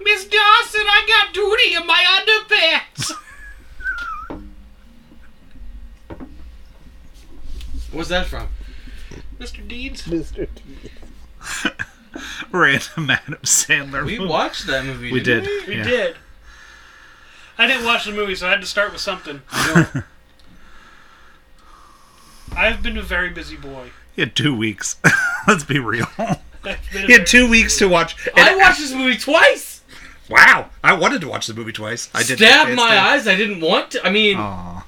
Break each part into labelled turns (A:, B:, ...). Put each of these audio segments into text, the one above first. A: Miss Dawson, I got duty in my underpants. What's that from? Mr. Deeds.
B: Mr.
C: Random Adam Sandler.
A: We
C: movie.
A: watched that movie.
C: We
A: didn't
C: did.
D: We
C: yeah.
D: did. I didn't watch the movie, so I had to start with something.
A: No.
D: I've been a very busy boy.
C: He had two weeks. Let's be real.
D: I've been a
C: He had
D: very-
C: two weeks to watch. and-
A: I watched this movie twice.
C: Wow, I wanted to watch the movie twice. I did. Oh.
A: Stabbed my eyes. I didn't want to. I mean,
C: Aw.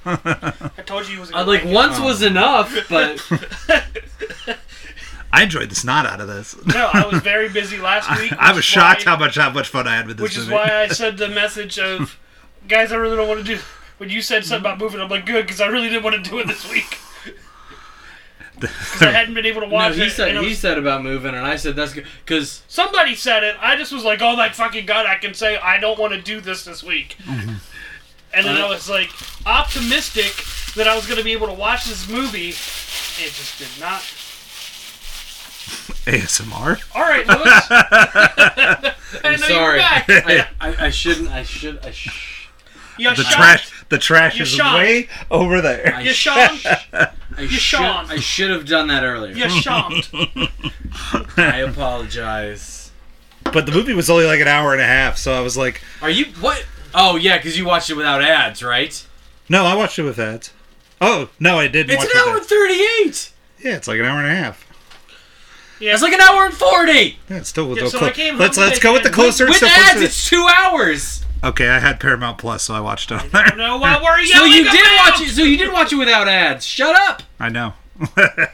D: I told you he was.
A: I- like once was
C: Oh.
A: enough, but
C: I enjoyed the snot out of this.
D: No, I was very busy last week.
C: I
D: which is
C: was shocked
D: why-
C: how much how much fun I had with this
D: Which is
C: movie.
D: why I said the message of, guys, I really don't want to do. When you said something about moving, I'm like, good, because I really didn't want to do it this week. 'Cause I hadn't been able to
A: no,
D: watch
A: he
D: it. and
A: said
D: I
A: he
D: was-
A: said about moving, and I said that's good because
D: somebody said it. I just was like, oh my fucking god, I can say I don't want to do this this week.
C: Mm-hmm.
D: And
A: Uh,
D: then I was like optimistic that I was going to be able to watch this movie. It just did not.
C: ASMR.
D: All right, Lewis. I
A: I'm
D: know you're
A: sorry.
D: back.
A: I, I, I shouldn't. I should. I sh-
D: You
C: The
D: shot-
C: trash. The trash
D: You
C: is
D: shot.
C: way over there.
A: I
D: You
A: sh-
D: shot.
A: I should.
D: shan't.
A: I should have done that earlier.
D: You shot.
A: I apologize.
C: But the movie was only like an hour and a half, so I was like,
A: Are you what? Oh yeah, because you watched it without ads, right?
C: no, I watched it with ads. Oh no, I didn't.
A: It's an
C: watch it with
A: hour and
C: ads.
A: thirty-eight.
C: Yeah, it's like an hour and a half.
D: Yeah,
A: It's like an hour and forty.
C: Yeah, it's still.
D: Yeah, so
C: clo-
D: I came
C: let's
D: home
C: let's go with the
D: and- with-
C: closer.
A: With ads,
C: simplicity.
A: it's two hours.
C: Okay, I had Paramount Plus, so I watched it on there.
D: no, why were you?
A: So you
D: yelling
A: did
D: about?
A: watch it. So you did watch it without ads. Shut up.
C: I know. I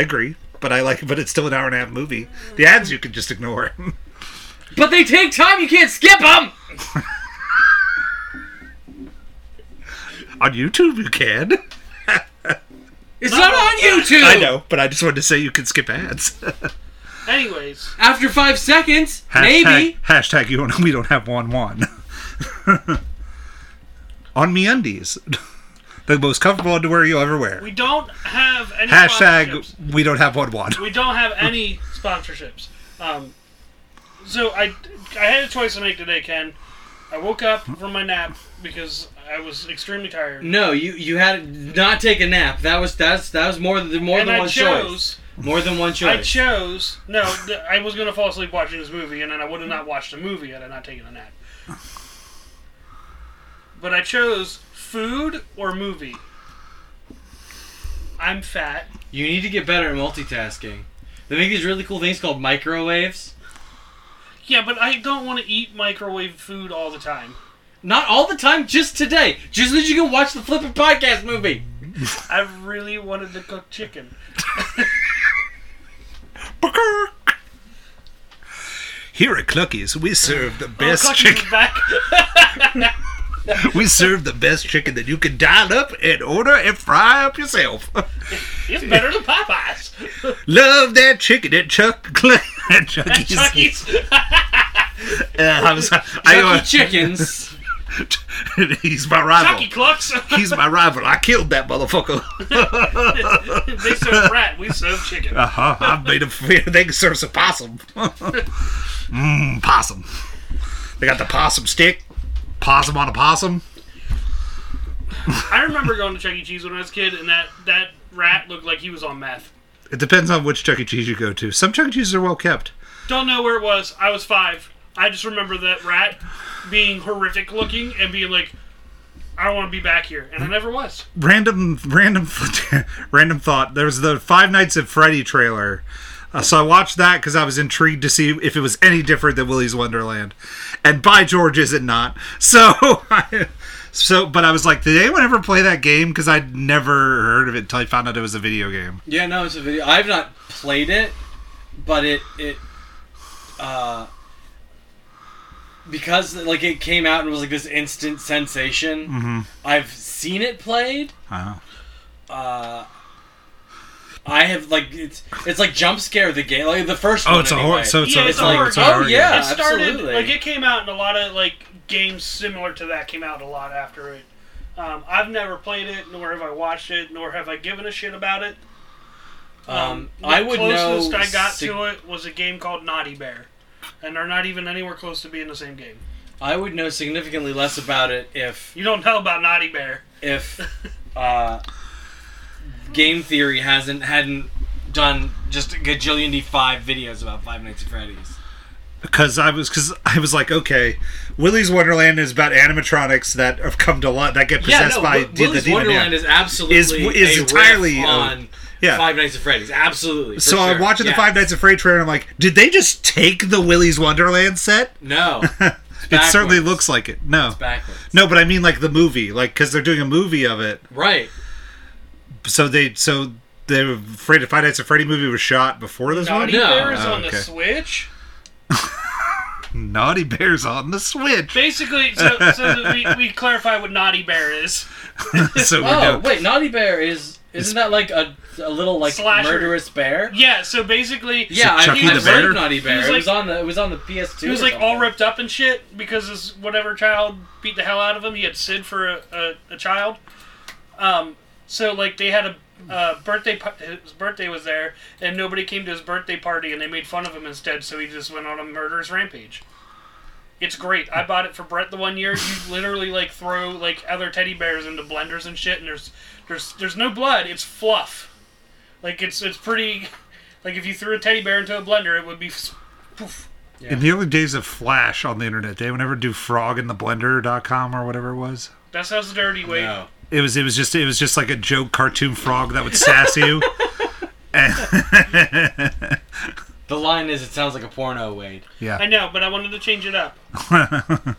C: agree, but I like. But it's still an hour and a half movie. The ads you could just ignore.
A: But they take time. You can't skip them.
C: on YouTube, you can.
A: It's not, on YouTube.
C: I know, but I just wanted to say you can skip ads.
D: Anyways,
A: After five seconds,
C: hashtag,
A: maybe.
C: Hashtag you don't. We don't have one one. on me undies, the most comfortable underwear you'll ever wear.
D: we don't have any sponsorships.
C: Hashtag we don't have one one.
D: We don't have any sponsorships. Um, so I, I had a choice to make today, Ken. I woke up from my nap because I was extremely tired,
A: No, you you had not take a nap. That was that's that was more than more
D: and
A: than
D: I
A: one choice.
D: chose.
A: More than one
D: I
A: choice.
D: chose. No, th- I was going to fall asleep watching this movie, and then I would have not watched the movie had I not taken a nap. But I chose food or movie. I'm fat.
A: you need to get better at multitasking. They make these really cool things called microwaves.
D: Yeah, but I don't want to eat microwave food all the time.
A: Not all the time, just today. Just so that you can watch the flippin' podcast movie.
D: I really wanted to cook chicken.
C: Here at Clucky's, we serve the
D: Oh,
C: best
D: Clucky was
C: chicken.
D: back.
C: We serve the best chicken that you can dial up and order and fry up yourself.
D: It's better than Popeyes.
C: Love that chicken at Chuck at Chucky's.
D: Chucky's.
C: Uh, I was,
A: Chucky
C: I,
A: chickens.
C: uh, he's my rival.
D: Chucky clucks.
C: He's my rival. I killed that motherfucker.
D: they serve rat. We serve chicken.
C: Uh-huh. I made him fear they can serve some possum. Mmm, possum. They got the possum stick. Possum on a possum.
D: I remember going to Chuck E. Cheese when I was a kid, and that, that rat looked like he was on meth.
C: It depends on which Chuck E. Cheese you go to. Some Chuck E. Cheeses are well kept.
D: Don't know where it was. I was five. I just remember that rat being horrific looking and being like, I don't want to be back here.
C: Hmm?
D: And I never was.
C: random random random thought there's the five nights at freddy trailer Uh, so i watched that because i was intrigued to see if it was any different than willy's wonderland and by george is it not so I, so but i was like did anyone ever play that game because i'd never heard of it until i found out it was a video game
A: Yeah, no, it's a video. I've not played it, but it it uh because like it came out and was like this instant sensation.
C: Mm-hmm.
A: I've seen it played.
C: Wow.
A: Uh, I have like it's it's like jump scare the game like the first one.
C: oh it's a horror
A: anyway.
C: so it's,
D: Yeah,
C: a,
D: it's
C: it's
D: a
C: like
D: horror
C: it's
D: game.
C: a
A: Oh,
C: horror game.
A: yeah.
D: it started
A: absolutely.
D: like it came out in a lot of like games similar to that came out a lot after it. Um, I've never played it, nor have I watched it, nor have I given a shit about it.
A: um,
D: The
A: I would know.
D: closest I got
A: sig-
D: to it was a game called Naughty Bear, and are not even anywhere close to being the same game.
A: I would know significantly less about it if
D: You don't know about Naughty Bear.
A: if uh, game theory hasn't hadn't done just a gajillion D five videos about Five Nights at Freddy's.
C: because I was because I was like, okay, Willy's Wonderland is about animatronics that have come to life that get possessed by
A: Wi-
C: the
A: Willy's
C: demon.
A: Wonderland
C: yeah.
A: is absolutely
C: Is- is
A: a riff
C: entirely, uh,
A: on
C: yeah.
A: Five Nights at Freddy's. Absolutely. for
C: so I'm
A: sure.
C: watching
A: Yeah.
C: the Five Nights at Freddy's trailer. and I'm like, did they just take the Willy's Wonderland set?
A: No,
C: It certainly
A: backwards.
C: looks like it. No,
A: backwards.
C: no, but I mean like the movie, like because they're doing a movie of it.
A: Right.
C: So they so they were afraid the Five Nights at Freddy movie was shot before this
D: Naughty
C: one.
A: No.
D: Bear is
C: Oh,
D: on the
C: okay.
D: Switch.
C: Naughty Bears on the Switch.
D: Basically, so, so that we, we clarify what Naughty Bear is.
C: so we
A: Oh
C: know.
A: wait, Naughty Bear is isn't that like a, a little like
D: Slasher.
A: murderous bear?
D: Yeah, so basically,
A: Yeah, I,
C: Chucky
A: I've
C: the
A: heard
C: Bear?
A: of Naughty Bear.
D: was
A: it was
D: like-
A: on the it was on the PS2.
D: he was
A: or
D: like all
A: something.
D: ripped up and shit because his whatever child beat the hell out of him. He had Sid for a, a, a child. Um, so like they had a uh, birthday. pa- His birthday was there, and nobody came to his birthday party, and they made fun of him instead. So he just went on a murderous rampage. It's great. I bought it for Brett the one year. You literally like throw like other teddy bears into blenders and shit, and there's there's there's no blood. It's fluff. Like it's it's pretty. Like if you threw a teddy bear into a blender, it would be. s- Poof.
C: In the early days of Flash on the internet, they would never do frog in the blender.com or whatever it was.
D: That sounds dirty. Wait.
A: No.
C: It was it was just it was just like a joke cartoon frog that would sass you. And-
A: The line is, it sounds like a porno, Wade.
D: I
C: yeah.
D: know, but I wanted to change it up.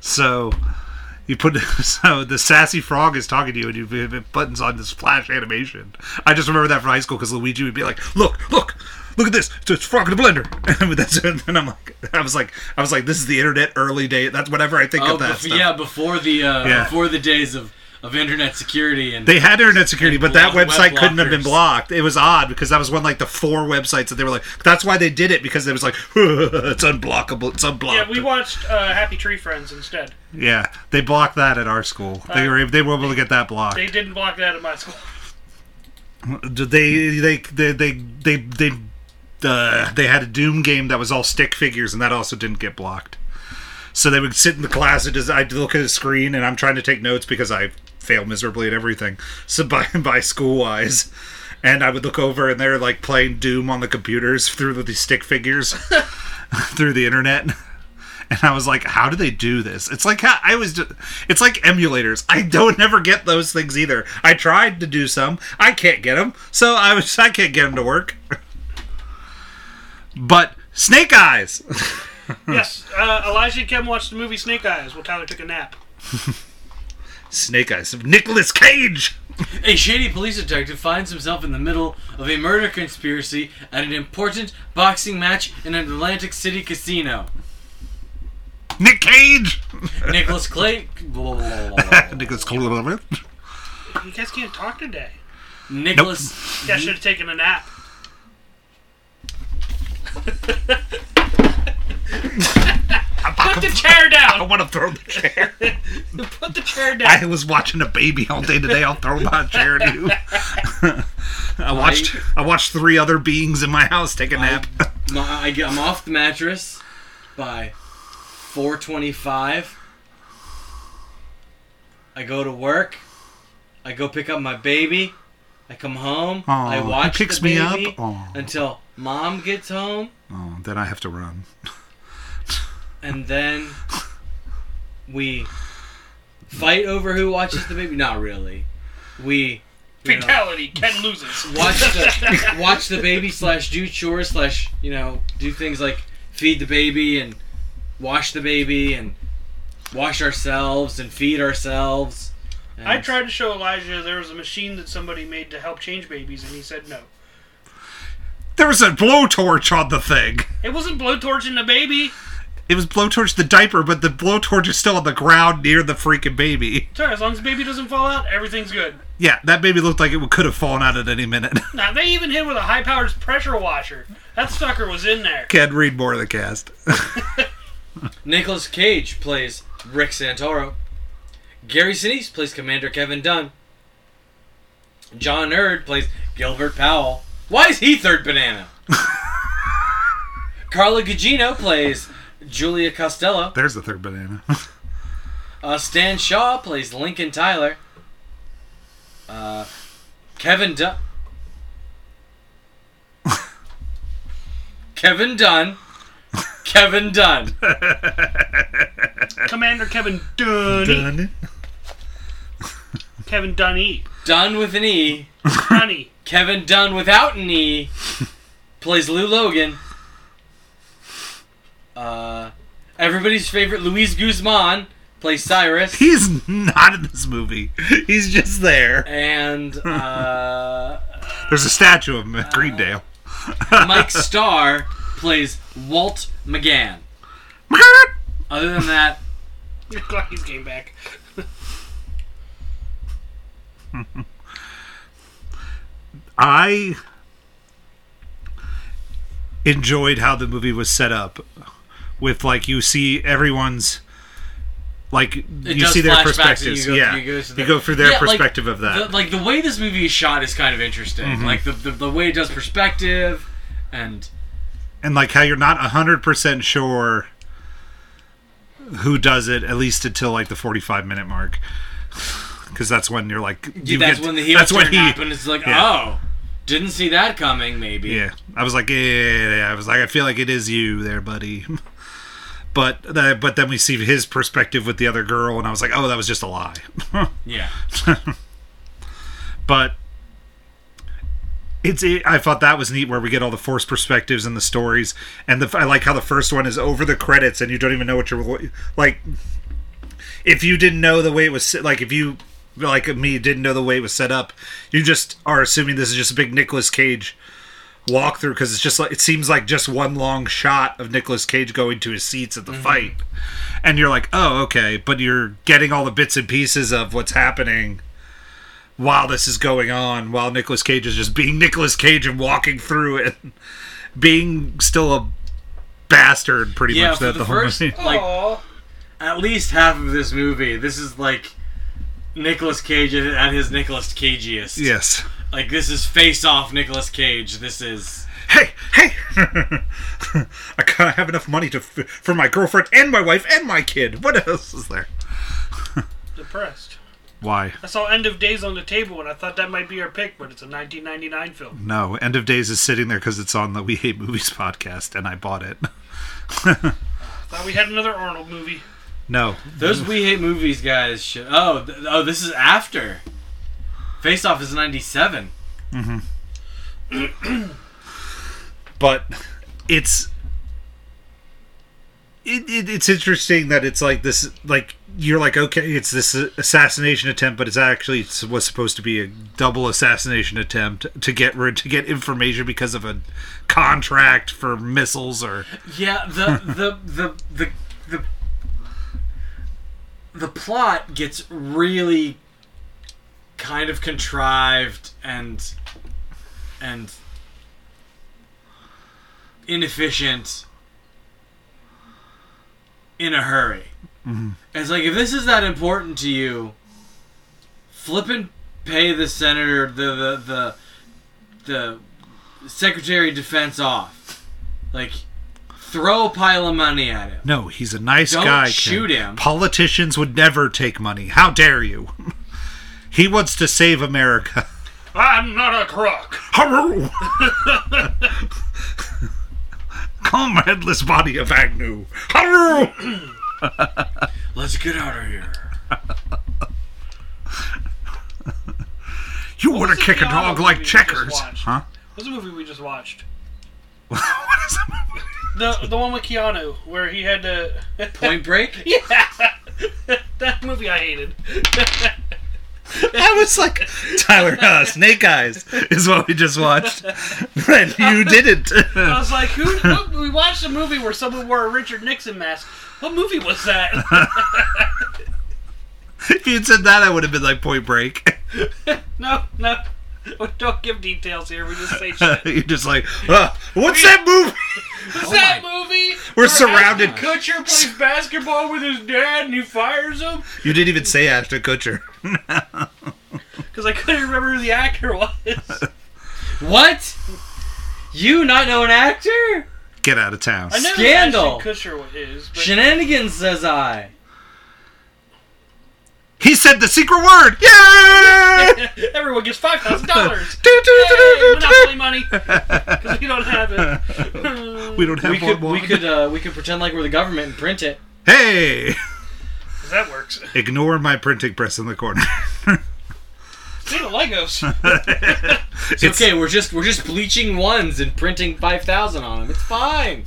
C: So you put so the sassy frog is talking to you and you put buttons on this flash animation. I just remember that from high school because Luigi would be like, "Look, look, look at this! It's a frog in a blender." And that's and I'm like, I was like, I was like, this is the internet early day. That's whatever I think
A: Oh,
C: of that.
A: bef-
C: stuff.
A: yeah, before the uh,
C: Yeah.
A: before the days of, of internet security and
C: They had internet security, but that
A: block-
C: website
A: web
C: couldn't have been
A: blockers.
C: blocked. It was odd because that was one like the four websites that they were like. That's why they did it because it was like it's unblockable, it's unblocked.
D: Yeah, we watched uh, Happy Tree Friends instead.
C: Yeah, they blocked that at our school.
A: Uh,
C: They were they were able to get that blocked.
D: They didn't block that at my school.
C: Did They they they they they they uh, they had a Doom game that was all stick figures, and that also didn't get blocked. So they would sit in the class. And just, I'd look at the screen, and I'm trying to take notes because I fail miserably at everything. So by by school wise, and I would look over, and they're like playing Doom on the computers through the stick figures, through the internet. And I was like, "How do they do this?" It's like how I was. Just, it's like emulators. I don't never get those things either. I tried to do some. I can't get them. So I was. I can't get them to work. But Snake Eyes.
D: yes, uh, Elijah and Kim watched the movie Snake Eyes while Tyler took a nap.
C: Snake Eyes. Nicholas Cage.
A: a shady police detective finds himself in the middle of a murder conspiracy at an important boxing match in an Atlantic City casino.
C: Nick Cage.
A: Nicholas Clay, blah, blah, blah, blah, blah.
C: Nicholas Cage.
D: You guys can't talk today.
A: Nicholas,
D: Yeah, I should have taken a nap. Put the chair
C: I
D: down.
C: want to throw the chair.
D: Put the chair down.
C: I was watching a baby all day today. I'll throw my chair at you. I watched. I watched three other beings in my house take a nap.
A: my, I, get- I'm off the mattress by 4:25. I go to work. I go pick up my baby. I come home.
C: Aw,
A: I
C: he
A: watch
C: picks
A: the
C: me up?
A: baby
C: Aw.
A: until mom gets home,
C: Oh, then I have to run.
A: and then we fight over who watches the baby. Not really. We you know,
D: Fatality. Ken loses.
A: watch the watch the baby slash do chores slash you know do things like feed the baby and wash the baby and wash ourselves and feed ourselves. And
D: I tried to show Elijah there was a machine that somebody made to help change babies, and he said no.
C: There was a blowtorch on the thing.
D: It wasn't blowtorching the baby.
C: It was blowtorch the diaper, but the blowtorch is still on the ground near the freaking baby.
D: Sorry, as long as the baby doesn't fall out, everything's good.
C: Yeah, that baby looked like it could have fallen out at any minute.
D: Now they even hit with a high powered pressure washer. That sucker was in there.
C: Can't read more of the cast.
A: Nicholas Cage plays Rick Santoro. Gary Sinise plays Commander Kevin Dunn. John Nerd plays Gilbert Powell. Why is he third banana? Carla Gugino plays Julia Costello.
C: There's the third banana.
A: Uh, Stan Shaw plays Lincoln Tyler. Uh, Kevin Dunn. Kevin Dunn. Kevin Dunn.
D: Commander Kevin Dunny.
C: Done it.
D: Kevin Dunny.
A: Dunn with an E.
D: Dunny.
A: Kevin Dunn without an E plays Lou Logan. Uh, everybody's favorite Luis Guzman plays Cyrus.
C: He's not in this movie. He's just there.
A: And uh,
C: There's a statue of him at Greendale.
A: Mike Starr plays Walt McGann. Other than that,
D: Glad he's came back.
C: I enjoyed how the movie was set up with like you see everyone's like you
A: does
C: see their
A: flashbacks and
C: perspectives.
A: you go-
C: yeah.
A: you go to the-
C: through their
A: Yeah, like,
C: perspective of that. Mm-hmm.
A: the, like the way this movie is shot is kind of interesting. Like the, the the way it does perspective, and
C: and like how you're not 100% sure who does it at least until like the 45 minute mark because that's when you're like you
A: that's
C: get-
A: when the heel
C: that's when
A: turn
C: he
A: happened. It's like,
C: yeah.
A: oh, didn't see that coming. Maybe.
C: yeah i was like yeah, yeah, yeah. i was like i feel like it is you there buddy but that, but then we see his perspective with the other girl and i was like oh that was just a lie
A: Yeah.
C: but it's it, I thought that was neat where we get all the forced perspectives and the stories and the I like how the first one is over the credits and you don't even know what you're like if you didn't know the way it was like if you like me didn't know the way it was set up you just are assuming this is just a big Nicolas Cage walkthrough because it's just like it seems like just one long shot of Nicolas Cage going to his seats
A: Mm-hmm.
C: at the fight and you're like oh okay but you're getting all the bits and pieces of what's happening while this is going on, while Nicolas Cage is just being Nicolas Cage and walking through it, being still a bastard, pretty
A: Yeah.
C: much.
A: For
C: That
A: the,
C: the whole
A: first,
C: movie.
A: like
D: Aw.
A: at least half of this movie, this is like Nicolas Cage at his Nicolas Cageiest.
C: yes.
A: Like this is face off Nicolas Cage. This is
C: Hey, hey! I can't have enough money to f- for my girlfriend and my wife and my kid. What else is there?
D: Depressed.
C: Why?
D: I saw End of Days on the table and I thought that might be our pick, but it's a 1999 film.
C: No, End of Days is sitting there because it's on the We Hate Movies podcast, and I bought it.
D: Thought we had another Arnold movie.
C: No,
A: those we hate movies guys. Should, oh, th- oh, this is after. Face off is '97.
C: but it's it, it, it's interesting that it's like this like you're like okay it's this assassination attempt but it's actually it's, was supposed to be a double assassination attempt to get rid to get information because of a contract for missiles or
A: Yeah, the the the the the the plot gets really kind of contrived and and inefficient in a hurry. It's like if this is that important to you, flip and pay the senator the the the, the secretary of defense off. Like throw a pile of money at him.
C: no he's a nice
A: Don't
C: guy Ken.
A: shoot him.
C: politicians would never take money how dare you he wants to save america
D: I'm not a crook.
C: Haru! Come, headless body of Agnew. Haru!
A: Let's get out of here.
C: You
D: was
C: want to
D: the
C: kick a
D: piano
C: dog
D: movie
C: like
D: we just
C: checkers.
D: watched?
C: Huh?
D: What's the movie we just watched?
C: what is that movie?
D: The the one with Keanu where he had to.
A: Point break?
D: that movie I hated.
C: I was like, Tyler, uh, Snake Eyes is what we just watched. and you didn't.
D: I was like, who? what- we watched a movie where someone wore a Richard Nixon mask. What movie was that?
C: if you'd said that, I would have been like, Point Break.
D: no, no. We don't give details here. We just say shit.
C: You're just like, uh, what's that movie?
D: What's that movie?
C: Oh We're surrounded.
D: Kutcher plays basketball with his dad and he fires him
C: You didn't even say Ashton Kutcher.
D: because I couldn't remember who the actor was.
A: What? You not know an actor?
C: Get out of town.
D: I know who
A: Scandal.
D: Ashton Kutcher is, but
A: Shenanigans, says I.
C: He said the secret word. Yay!
D: everyone gets five thousand dollars.
C: Do, do, do, do, do,
D: Monopoly money because we don't have it.
C: We don't have
A: We could
C: one.
A: we could uh, we could pretend like we're the government and print it.
C: Hey,
D: 'Cause that works.
C: ignore my printing press in the corner.
D: See the Legos.
A: It's, okay. We're just we're just bleaching ones and printing five thousand on them. It's fine.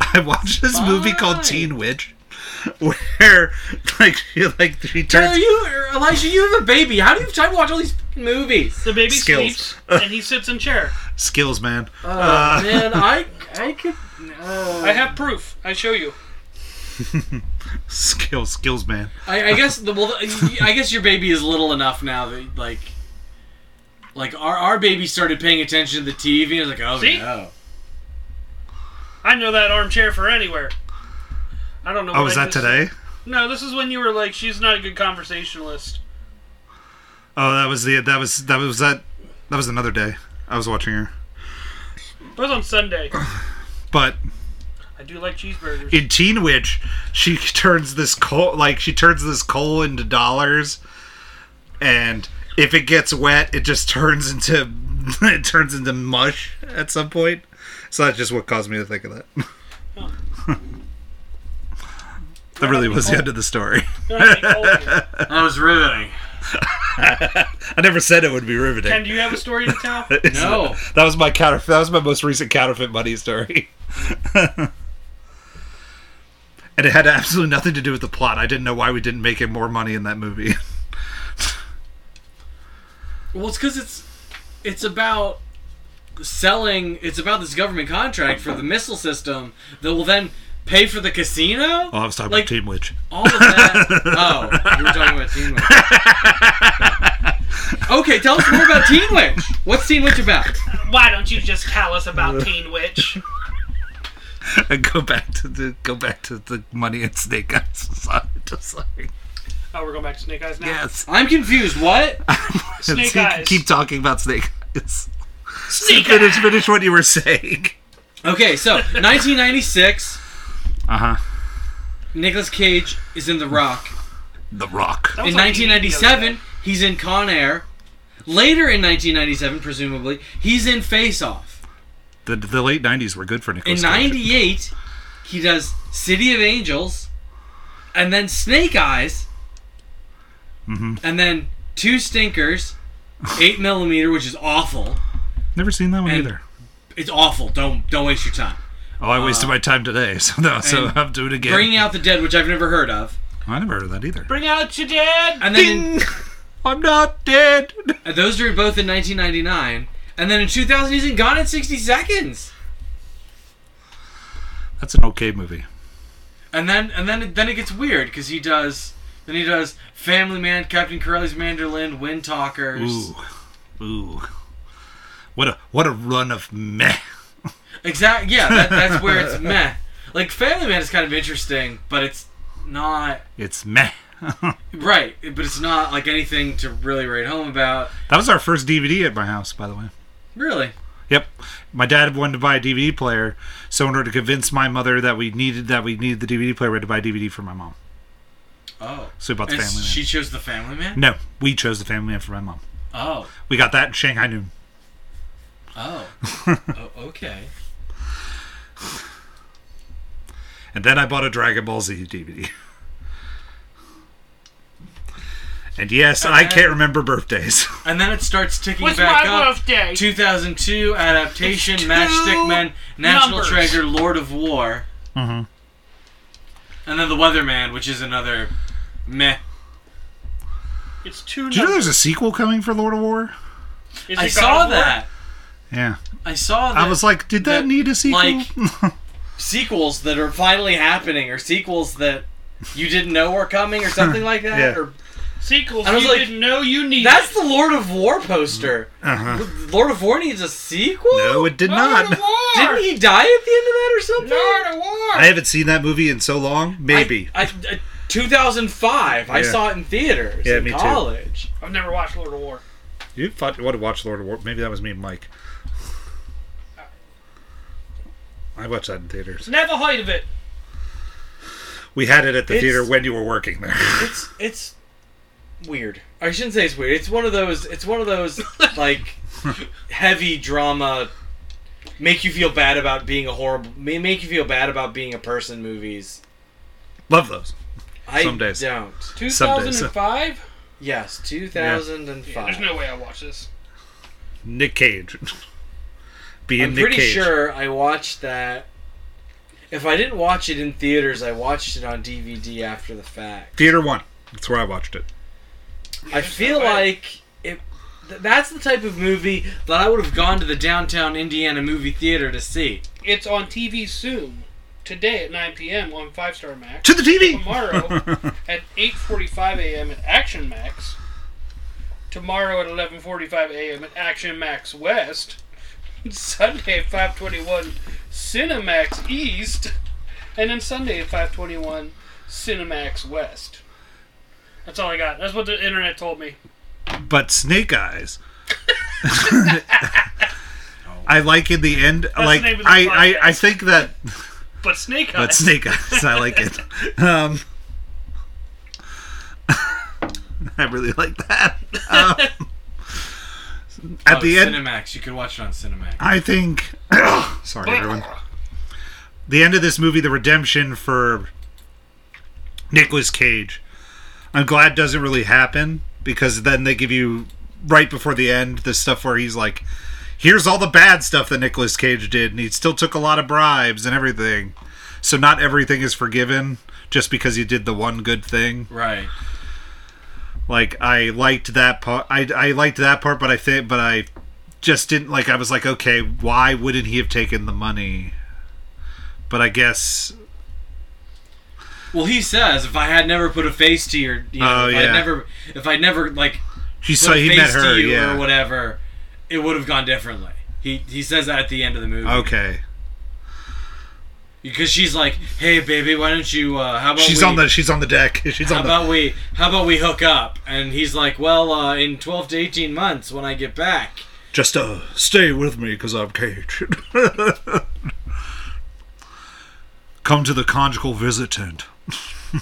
C: I watched this movie called
A: Fine.
C: Teen Witch, where like she like she
A: Are
C: turns.
A: you Elijah? You have a baby. How do you have time to watch all these fucking movies?
D: The baby
C: Skills.
D: sleeps and he sits in chair.
C: Skills, man.
D: Oh,
A: Uh, man, I I could. Uh,
D: I have proof. I show you.
C: Skills, skills, man.
A: I, I guess the well, the- I guess your baby is little enough now that like, like our our baby started paying attention to the TV and was like, oh
D: See?
A: no,
D: I know that armchair for anywhere. I don't know.
C: Oh,
D: what
C: was
D: I
C: that
D: just-
C: today?
D: No, this is when you were like, she's not a good conversationalist.
C: Oh, that was the that was that was that that was another day. I was watching her,
D: It was on Sunday.
C: but
D: I do like cheeseburgers.
C: in Teen Witch, she turns this coal like she turns this coal into dollars, and if it gets wet, it just turns into it turns into mush at some point. So that's just what caused me to think of that. that really was the end of the story.
D: You don't have any coal here.
A: that was riveting.
C: I never said it would be riveting.
D: Ken, do you have a story to tell?
A: No.
C: that was my counterfeit. That was my most recent counterfeit money story. and it had absolutely nothing to do with the plot. I didn't know why we didn't make it more money in that movie.
A: Well, it's because it's it's about selling. It's about this government contract for the missile system that will then pay for the casino.
C: Oh, I was talking
A: Like-
C: about Team Witch.
A: All of that. oh, you were talking about Teen Witch. okay, tell us more about Teen Witch. What's Teen Witch about?
D: Why don't you just tell us about Teen Witch?
C: go back to the go back to the money and snake eyes. Sorry, just like
D: Oh, we're going back to Snake Eyes now.
C: yes.
A: I'm confused. What?
D: Snake
C: So you can
D: Eyes.
C: Keep talking about snake eyes.
D: Snake
C: finish
D: Eyes.
C: finish what you were saying.
A: Okay, so 1996,
C: Uh
A: Uh-huh.
C: huh.
A: Nicolas Cage is in The Rock.
C: The Rock.
D: That was
A: In
D: on TV the other
A: 1997,
D: day.
A: he's in Con Air. Later in 1997, presumably, he's in Face Off.
C: The the late nineties were good for Nicholas.
A: In '98, he does City of Angels, and then Snake Eyes, and then two stinkers, eight millimeter, which is awful.
C: Never seen that one
A: and-
C: either.
A: It's awful. Don't don't waste your time.
C: Oh, I wasted my time today, so no, so
A: uh, and
C: I'm doing it again.
A: Bringing Out the Dead, which I've never heard of,
C: I never heard of that either.
D: Bring out your dad.
A: and then in,
C: I'm not dead.
A: and those are both in 1999, and then in 2000 he's in Gone in 60 Seconds,
C: That's an okay movie.
A: and then and then it- then it gets weird because he does. Then he does Family Man, Captain Corelli's Manderland, Wind Talkers.
C: Ooh, ooh. What a what a run of meh.
A: Exactly. Yeah, that, that's where it's meh. Like Family Man is kind of interesting, but it's not
C: It's meh.
A: right. But it's not like anything to really write home about.
C: That was our first DVD at my house, by the way.
A: Really.
C: Yep, my dad wanted to buy a DVD player, so in order to convince my mother that we needed that we needed the DVD player, we had to buy a DVD for my mom.
A: Oh.
C: So we bought the
A: And
C: Family Man.
A: she chose the Family Man.
C: No, we chose the Family Man for my mom.
A: Oh.
C: We got that in Shanghai Noon.
A: Oh. oh. Okay.
C: And then I bought a Dragon Ball Z DVD. And yes, I can't remember birthdays.
A: And then it starts ticking
D: What's
A: back
D: my
A: up.
D: birthday?
A: 2002 adaptation:
D: It's two
A: Matchstick Men, National
D: numbers.
A: Treasure, Lord of War. Mm-hmm. And then the Weatherman, which is another meh.
D: It's two.
C: Do you know
D: numbers.
C: there's a sequel coming for Lord of War?
D: Is
A: I
D: it God
A: saw
D: of War?
A: that.
C: Yeah.
A: I saw that.
C: I was like, did that
A: that-
C: need a sequel?
A: like- sequels that are finally happening or sequels that you didn't know were coming or something like that.
C: Yeah.
A: Or,
D: Sequels
A: I was
D: you
A: like,
D: didn't know you needed.
A: that's the Lord of War poster.
C: uh-huh.
A: Lord of War needs a sequel?
C: No, it did
D: Lord
C: not.
D: of War.
A: Didn't he die at the end of that or something?
D: Lord of War.
C: I haven't seen that movie in so long. Maybe.
A: I, I, I- 2005. I
C: Yeah.
A: saw it in theaters
C: Yeah,
A: in
C: me too.
A: college.
D: I've never watched Lord of War.
C: you thought you want to watch Lord of War. Maybe that was me and Mike. I watched that in theaters.
D: Never heard of it.
C: We had it at the
A: It's-
C: theater when you were working there.
A: It's it's weird. I shouldn't say it's weird. It's one of those. It's one of those like heavy drama, make you feel bad about being a horrible, ma- make you feel bad about being a person. Movies.
C: Love those.
A: I
C: Some days.
A: don't.
C: Some days.
D: 2005?
A: Yes, two thousand and
D: Yeah,
A: five.
D: there's no way I watch this.
C: Nick Cage. Being
A: I'm
C: Nick
A: pretty
C: Cage.
A: sure I watched that. If I didn't watch it in theaters, I watched it on DVD after the fact.
C: Theater one. That's where I watched it.
A: I
D: there's
A: feel
D: no way.
A: like it. th- That's the type of movie that I would have gone to the downtown Indiana movie theater to see.
D: It's on TV soon. Today at 9 p.m. on 5 Star Max.
C: To the TV.
D: Tomorrow. At 8.45 a.m. at Action Max. Tomorrow at 11.45 a.m. at Action Max West. Sunday at 5.21 Cinemax East. And then Sunday at 5.21 Cinemax West. That's all I got. That's what the internet told me.
C: but Snake Eyes. I like in the end. like
D: name of the
C: I, I, I
D: podcast.
C: think that
D: But Snake
C: but
D: Eyes.
C: Snake Eyes. I like it. Um, I really like that. Um, at
A: Oh,
C: the end,
A: Cinemax. You could watch it on Cinemax.
C: I think. sorry, everyone. The end of this movie, the redemption for Nicolas Cage. I'm glad doesn't really happen because then they give you right before the end the stuff where he's like, "Here's all the bad stuff that Nicolas Cage did, and he still took a lot of bribes and everything." So not everything is forgiven just because you did the one good thing.
A: Right.
C: Like I liked that part. I I liked that part, but I think, but I just didn't like. I was like, okay, why wouldn't he have taken the money? But I guess
A: Well, he says if I had never put a face to your, you know,
C: Oh,
A: if
C: yeah.
A: I never, if I never like
C: he
A: put
C: saw
A: a
C: he
A: face
C: met her.
A: to you
C: Yeah.
A: or whatever, it would have gone differently. He he says that at the end of the movie.
C: Okay.
A: Because she's like, "Hey, baby, why don't you? Uh, how about
C: She's
A: we,
C: on the she's on the deck. She's
A: How
C: on the
A: about we? How about we hook up?" And he's like, "Well, uh, in twelve to eighteen months, when I get back."
C: just uh stay with me because I'm Cage. Come to the conjugal visit tent.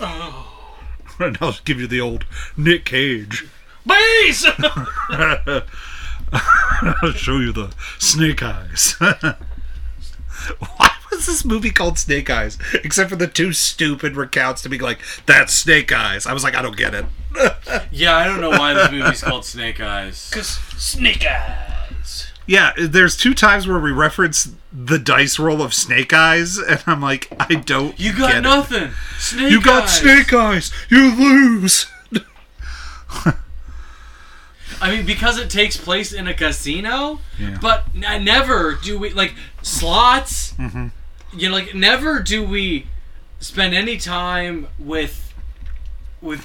A: Oh.
C: and I'll give you the old Nick Cage.
D: Please!
C: I'll show you the snake eyes. Why was this movie called Snake Eyes? Except for the two stupid recounts to be like, that's Snake Eyes. I was like, I don't get it.
A: Yeah, I don't know why this movie's called Snake Eyes.
D: Because Snake Eyes.
C: Yeah, there's two times where we reference the dice roll of Snake Eyes, and I'm like, I don't.
A: You got
C: get it.
A: nothing. Snake.
C: You got
A: Eyes.
C: Snake Eyes. You lose.
A: I mean, because it takes place in a casino,
C: Yeah.
A: but n- never do we like slots.
C: Mm-hmm.
A: You know, like never do we spend any time with with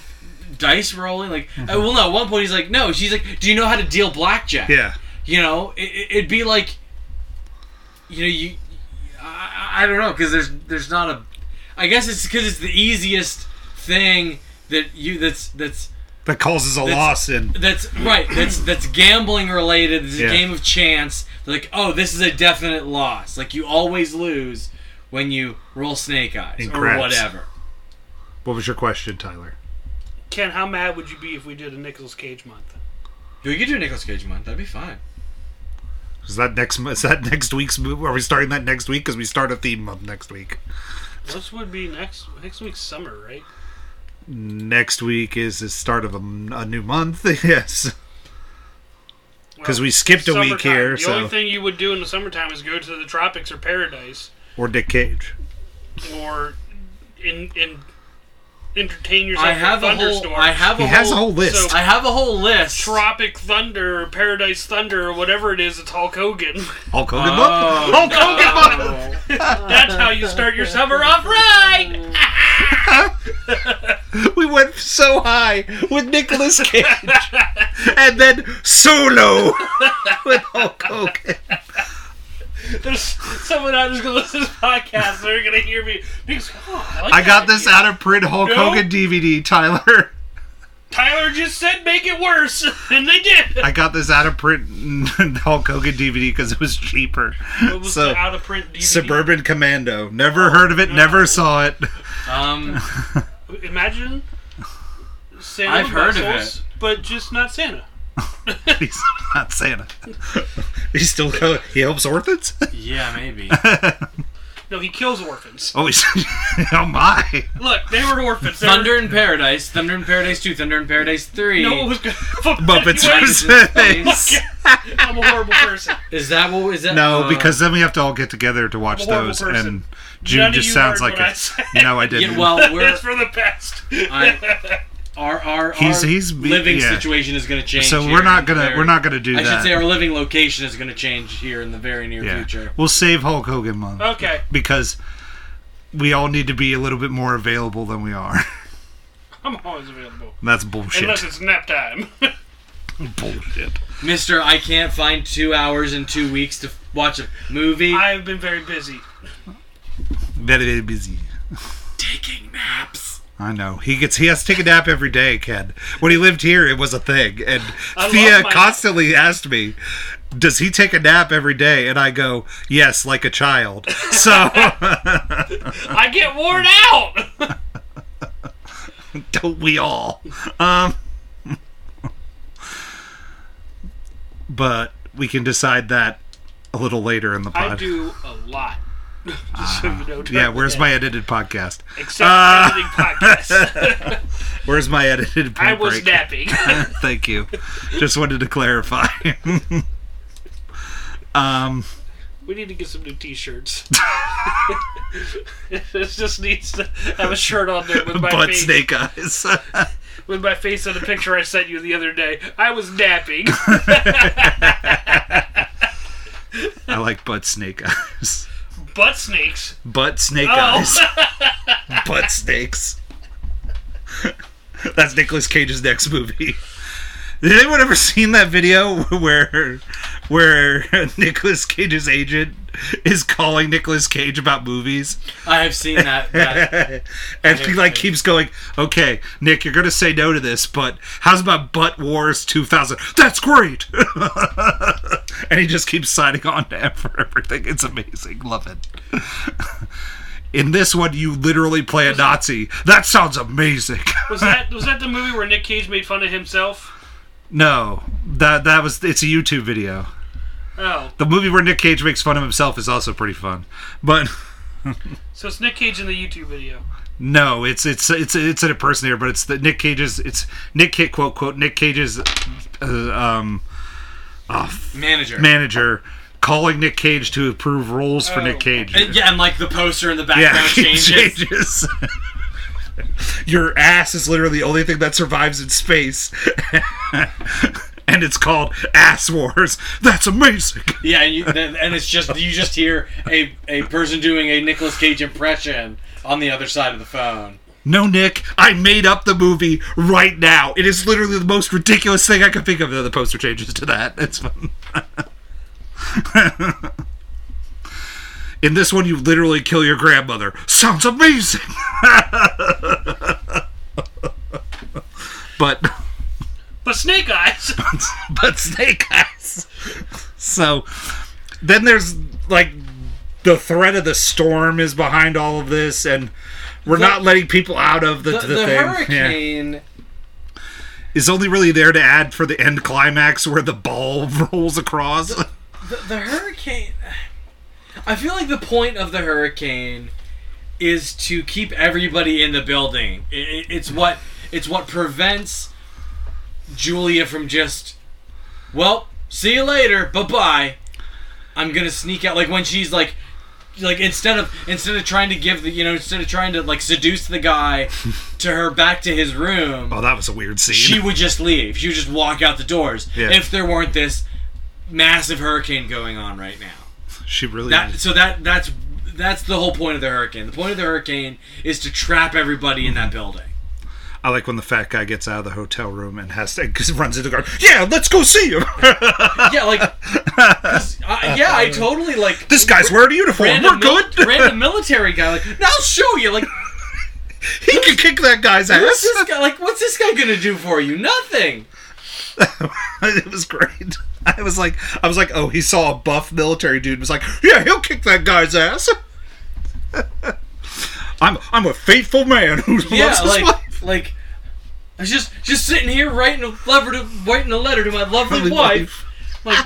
A: dice rolling. Like, uh,
C: Mm-hmm.
A: well, no. At one point, he's like, "No." She's like, "Do you know how to deal blackjack?"
C: Yeah.
A: You know, it, it- it'd be like, you know, you. I, I don't know because there's there's not a. I guess it's because it's the easiest thing that you that's that's
C: That causes a loss in.
A: that's right. That's that's gambling related. It's a
C: Yeah.
A: game of chance. Like, oh, this is a definite loss. Like you always lose when you roll snake eyes
C: In
A: or
C: craps.
A: whatever.
C: What was your question, Tyler?
D: Ken, how mad would you be if we did a Nicolas Cage month?
A: Dude, you could do a Nicolas Cage month. That'd be fine.
C: Is that next? mo- Is that next week's? mo- Are we starting that next week? Because we start a theme month next week.
D: This would be next next week's summer, right?
C: Next week is the start of a, m- a new month. Yes, because we skipped a week
D: Summertime.
C: here.
D: The
C: So
D: only thing you would do in the summertime is go to the tropics or paradise,
C: or Nick Cage.
D: or in in entertain yourself.
A: I have
D: with
A: a whole.
D: thunderstorms.
A: I have a
C: He
A: whole,
C: has a whole list.
D: Oh, so-
A: I have a whole list.
D: tropic thunder or paradise thunder or whatever it is. It's Hulk Hogan.
C: Hulk Hogan
A: Oh,
C: month. Hulk Hogan month.
D: That's how you start your summer off right.
C: We went so high with Nicolas Cage, and then solo with Hulk Hogan.
D: There's someone out who's gonna listen to this podcast. They're gonna hear me. Because, oh,
C: I got
D: that
C: this out of print Hulk
D: No.
C: Hogan DVD, Tyler.
D: Tyler just said make it worse, and they did.
C: I got this out of print Hulk Hogan DVD because it was cheaper.
D: It was
C: so
D: the out Oh, of print DVD.
C: Suburban Commando. Never heard of it. Never saw it.
A: Um,
D: Imagine Santa.
A: I've heard of
D: muscles, but just not Santa.
C: He's not Santa. He's still go- he helps orphans.
A: yeah, maybe.
D: No, he kills orphans.
C: Oh, he's oh my.
D: Look, they were orphans. They were-
A: Thunder in Paradise, Thunder in Paradise 2, Thunder in Paradise 3.
D: No, it was good.
C: Muppets
D: Anyways,
C: versus-
D: I'm a horrible person.
A: Is that what is that?
C: No,
A: uh,
C: because then we have to all get together to watch
D: I'm a horrible
C: those,
D: person.
C: and
D: None
C: June
D: of
C: just
D: you
C: sounds
D: heard
C: like
D: what I
C: it.
D: said.
C: No, I didn't.
A: yeah, well, we're
D: It's for the best.
A: I- our our,
C: He's-
A: our
C: he's-
A: living
C: yeah.
A: situation is going to change.
C: so
A: here
C: we're not
A: in
C: gonna
A: the
C: we're
A: very-
C: not gonna do
A: I
C: that.
A: should say our living location is going to change here in the very near
C: yeah,
A: future.
C: we'll save Hulk Hogan month
D: okay,
C: because we all need to be a little bit more available than we are.
D: I'm always available.
C: That's bullshit.
D: Unless it's nap time.
C: bullshit.
A: Mister, I can't find two hours in two weeks to f- watch a movie.
D: I've been very busy.
C: Very very busy.
A: taking naps.
C: I know he gets he has to take a nap every day, Ken. When he lived here, it was a thing, and
D: love
C: Thea
D: my-
C: constantly asked me, "Does he take a nap every day?" And I go, "Yes, like a child." So
D: I get worn out.
C: don't we all? Um, but we can decide that a little later in the pod.
D: I do a lot. Just so you know,
C: Ah. Yeah, where's my edited podcast?
D: except
C: Uh,
D: editing podcast?
C: Where's my edited?
D: I
C: pink
D: was
C: break?
D: napping.
C: Thank you. Just wanted to clarify. um.
D: we need to get some new T-shirts. this just needs to have a shirt on there with my
C: but
D: face
C: snake eyes.
D: with my face on the picture I sent you the other day. I was napping.
C: I like butt snake eyes.
D: Butt snakes.
C: Butt snake
D: Oh.
C: eyes. butt snakes. That's Nicolas Cage's next movie. Did anyone ever seen that video where where Nicolas Cage's agent is calling Nicolas Cage about movies?
A: I have seen that. that.
C: and he like keeps going, okay, Nick, you're gonna say no to this, but how's about Butt Wars 2000? That's great. and he just keeps signing on to him for everything. It's amazing. Love it. In this one, you literally play a Nazi. That sounds amazing.
D: Was that was that the movie where Nick Cage made fun of himself?
C: no, that that was it's a YouTube video.
D: Oh,
C: The movie where Nick Cage makes fun of himself is also pretty fun, but.
D: so it's Nick Cage in the YouTube video.
C: No, it's it's it's it's an impersonator, but it's the Nick Cage's. It's Nick Cage quote quote Nick Cage's uh, um,
A: Manager.
C: manager calling Nick Cage to approve rules for
D: Oh.
C: Nick Cage.
A: And, yeah, and like the poster in the background
C: yeah, he
A: changes.
C: changes. Your ass is literally the only thing that survives in space, and it's called Ass Wars. That's amazing.
A: Yeah, and, you, then, and it's just you just hear a, a person doing a Nicolas Cage impression on the other side of the phone.
C: No, Nick, I made up the movie right now. It is literally the most ridiculous thing I could think of. Though the poster changes to that. That's fun. In this one, you literally kill your grandmother. Sounds amazing. but
D: But Snake Eyes.
C: but snake eyes. So then there's like the threat of the storm is behind all of this, and we're not letting people out of the,
A: The,
C: the,
A: the
C: thing. Yeah
A: hurricane.
C: is only really there to add for the end climax where the ball rolls across.
A: The, the hurricane. I feel like the point of the hurricane is to keep everybody in the building. I i it's what it's what prevents Julia from just. Well, see you later. Bye bye. I'm gonna sneak out. Like when she's like, like instead of instead of trying to give the you know instead of trying to like seduce the guy to her back to his room
C: Oh, that was a weird scene.
A: she would just leave. She would just walk out the doors
C: Yeah.
A: if there weren't this massive hurricane going on right now.
C: she really.
A: That so that that's that's the whole point of the hurricane. The point of the hurricane is to trap everybody in that building.
C: I like when the fat guy gets out of the hotel room and has to runs into the guard. Yeah, let's go see him.
A: Yeah, like 'cause I, yeah, I totally like
C: this guy's wearing a uniform. We're
A: mil-
C: good.
A: random military guy like, "Now I'll show you." Like,
C: he can kick that guy's
A: What's
C: ass.
A: this guy like? What's this guy gonna do for you? Nothing.
C: it was great. I was like, I was like, oh, he saw a buff military dude. and Was like, yeah, he'll kick that guy's ass. I'm I'm a faithful man who
A: Yeah,
C: loves his
A: like
C: wife.
A: like I was just just sitting here writing a letter to writing a letter to my lovely
C: Lovely
A: wife. Like,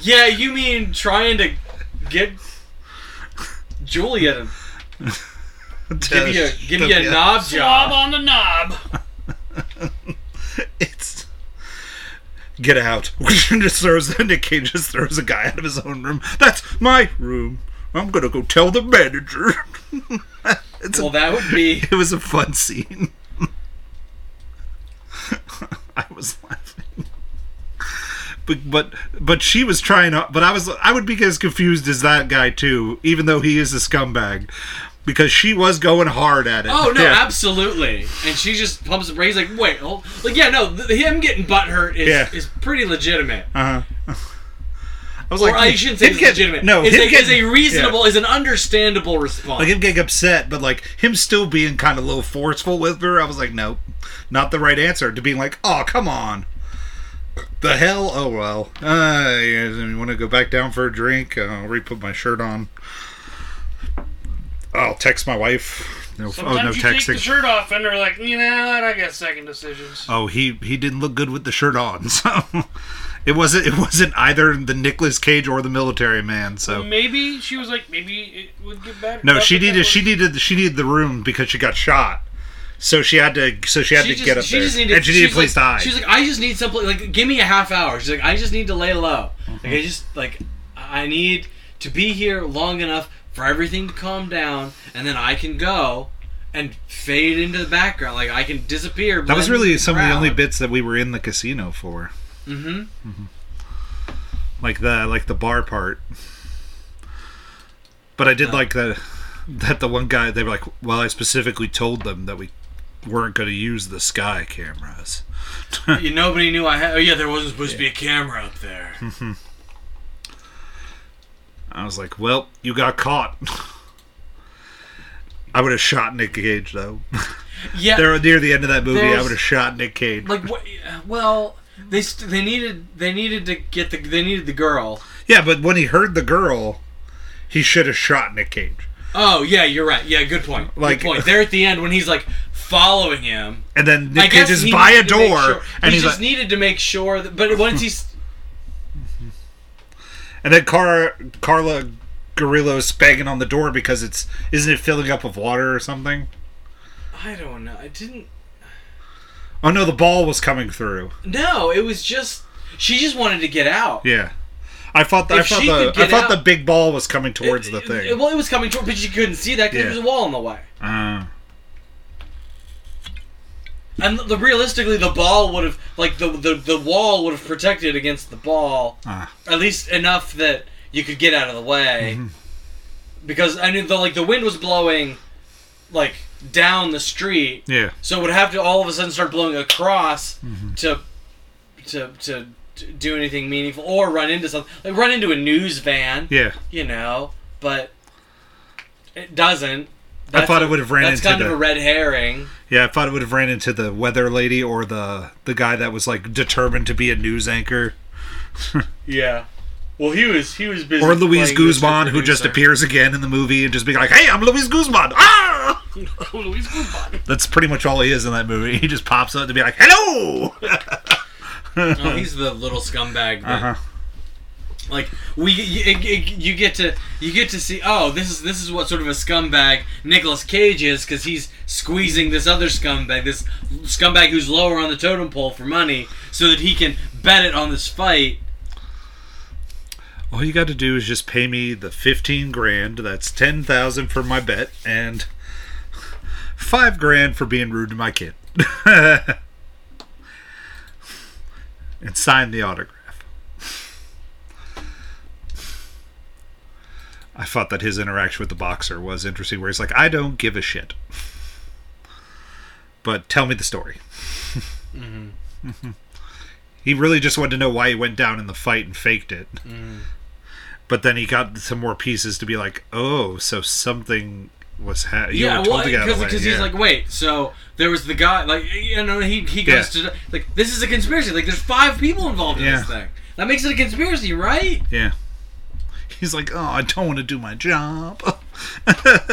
A: yeah, you mean trying to get Julia to give you a, give you a knob
D: Bob
A: job?
D: on the knob.
C: Oh, It's get out. just throws Nick Cage just throws a guy out of his own room. That's my room. I'm gonna go tell the manager. it's a
A: Well, that would be
C: it was a fun scene. I was laughing. But, but but she was trying to but I was I would be as confused as that guy too, even though he is a scumbag. Because she was going hard at it.
A: Oh no,
C: Yeah.
A: absolutely. And she just pumps the brakes. Like, wait, hold. like yeah, no, th- him getting butt hurt is
C: Yeah.
A: is pretty legitimate.
C: Uh-huh. I was
A: Or
C: like,
A: I shouldn't say
C: him
A: it's
C: get-
A: legitimate.
C: No,
A: is
C: him
A: a,
C: get-
A: is a reasonable, is an understandable response.
C: Like him getting upset, but like him still being kind of a little forceful with her. I was like, nope, not the right answer. To being like, oh come on, the hell, oh well. Uh, yeah, you want to go back down for a drink? Uh, I'll re-put my shirt on. I'll text my wife. No,
D: Sometimes
C: oh no,
D: you take
C: texting.
D: the shirt off and they're like, you know what? I got second decisions.
C: oh, he he didn't look good with the shirt on. So it wasn't it wasn't either the Nicolas Cage or the military man. So.
D: Maybe she was like, maybe it would get better.
C: Oh, No,
D: Up
C: she
D: if that
C: needed she
D: was-
C: needed she needed the room because she got shot. So she had to so she had to get up there. and she needed a
A: she's
C: place
A: like,
C: to hide.
A: She's like, I just need something. Like, give me a half hour. She's like, I just need to lay low. Like,
C: Mm-hmm.
A: I just like, I need to be here long enough for everything to calm down, and then I can go and fade into the background. Like, I can disappear.
C: that was really some of the only
A: bit.
C: bits that we were in the casino for.
A: hmm
C: Mm-hmm. Like the like the bar part. But I did like that that the one guy they were like well I specifically told them that we weren't going to use the sky cameras.
A: You, nobody knew I had. Oh yeah, there wasn't supposed to be a camera up there.
C: I was like, "Well, you got caught." I would have shot Nick Cage though.
A: Yeah,
C: there near the end of that movie, I
A: There's-
C: would have shot Nick Cage.
A: like what, well, they st- they needed they needed to get the they needed the girl.
C: Yeah, but when he heard the girl, he should have shot Nick Cage.
A: Oh yeah, you're right. Yeah, good point.
C: Like-
A: good point. There at the end when he's like following him.
C: And then
A: I
C: Nick
A: guess
C: Cage is
A: he
C: by a
A: needed to make
C: door,
A: sure-
C: and
A: he
C: he's
A: just
C: like,
A: needed to make sure that. But once he's
C: and then Car- Carla Gorillo's banging on the door because it's isn't it filling up with water or something?
A: I don't know. I didn't.
C: Oh no, the ball was coming through.
A: No, it was just she just wanted to get out.
C: Yeah, I thought the, I
A: If
C: thought
A: she
C: the
A: could
C: I
A: get
C: thought
A: out-
C: the big ball was coming towards the
A: It-
C: thing.
A: it- well, it was coming toward, but she couldn't see that because
C: Yeah.
A: there was a wall in the way.
C: Ah.
A: And the, realistically, the ball would have like the, the the wall would have protected against the ball
C: Ah.
A: at least enough that you could get out of the way.
C: Mm-hmm.
A: Because I knew the like the wind was blowing like down the street,
C: yeah,
A: so it would have to all of a sudden start blowing across
C: Mm-hmm.
A: to, to to to do anything meaningful or run into something like run into a news van,
C: yeah.
A: you know. But it doesn't.
C: I thought it would have ran
A: That's
C: into
A: kind of
C: the-
A: a red herring.
C: Yeah, I thought it would have ran into the weather lady or the the guy that was like determined to be a news anchor,
A: Yeah. Well, he was he was busy.
C: or
A: playing
C: Luis
A: Mr.
C: Guzman who just
A: Producer.
C: appears again in the movie and just being like, "Hey, I'm Luis Guzman!" Ah!
D: Oh, Luis Guzman.
C: That's pretty much all he is in that movie. He just pops up to be like, "Hello."
A: Oh, he's the little scumbag. That,
C: Uh-huh.
A: Like we, you, you get to you get to see. Oh, this is this is what sort of a scumbag Nicolas Cage is because he's squeezing this other scumbag, this scumbag who's lower on the totem pole for money, so that he can bet it on this fight.
C: All you got to do is just pay me the fifteen grand. That's ten thousand for my bet and five grand for being rude to my kid, and sign the autograph. I thought that his interaction with the boxer was interesting, where he's like, "I don't give a shit." But tell me the story.
A: Mm-hmm.
C: He really just wanted to know why he went down in the fight and faked it.
A: Mm.
C: But then he got some more pieces to be like, oh, so something was ha- you
A: Yeah,
C: were told
A: well,
C: to get out of
A: because
C: the way.
A: because
C: yeah.
A: he's like, wait, so there was the guy, like you know, he he goes to like this is a conspiracy. Like there's five people involved in this
C: Yeah.
A: thing. That makes it a conspiracy, right?
C: yeah. He's like, oh, I don't want to do my job.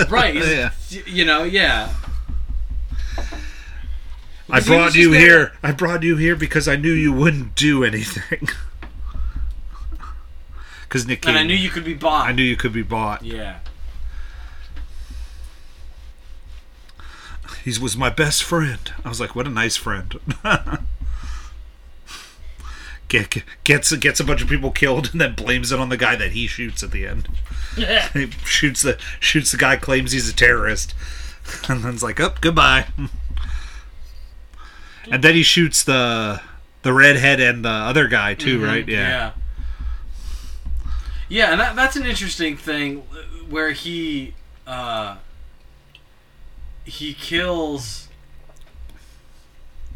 A: Right. he's-
C: yeah.
A: y- You know, yeah.
C: I
A: Because he was
C: brought
A: just
C: you
A: there-
C: here. I brought you here because I knew you wouldn't do anything. Because Nick
A: And I
C: Cage-
A: knew you could be bought.
C: I knew you could be bought.
A: Yeah.
C: He was my best friend. I was like, what a nice friend. Get, gets gets a bunch of people killed and then blames it on the guy that he shoots at the end. He shoots the shoots the guy claims he's a terrorist, and then's like, oh, goodbye. And then he shoots the the redhead and the other guy too, right?
A: Mm-hmm. Yeah. Yeah, and that, that's an interesting thing uh, where he uh, he kills.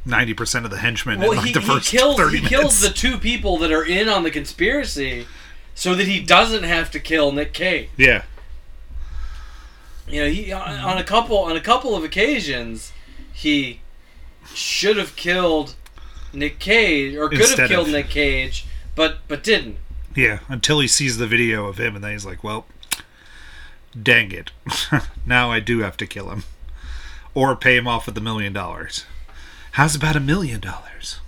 C: ninety percent of the henchmen
A: Well,
C: in like
A: he,
C: the
A: he
C: first
A: kills
C: thirty
A: he kills
C: minutes.
A: the two people that are in on the conspiracy, so that he doesn't have to kill Nick Cage.
C: yeah,
A: You know, he on,
C: Mm-hmm.
A: on a couple on a couple of occasions, he should have killed Nick Cage or could
C: Instead
A: have
C: of-
A: killed Nick Cage, but but didn't.
C: yeah. Until he sees the video of him, and then he's like, "Well, dang it! now I do have to kill him, or pay him off with a million dollars. How's about a million dollars?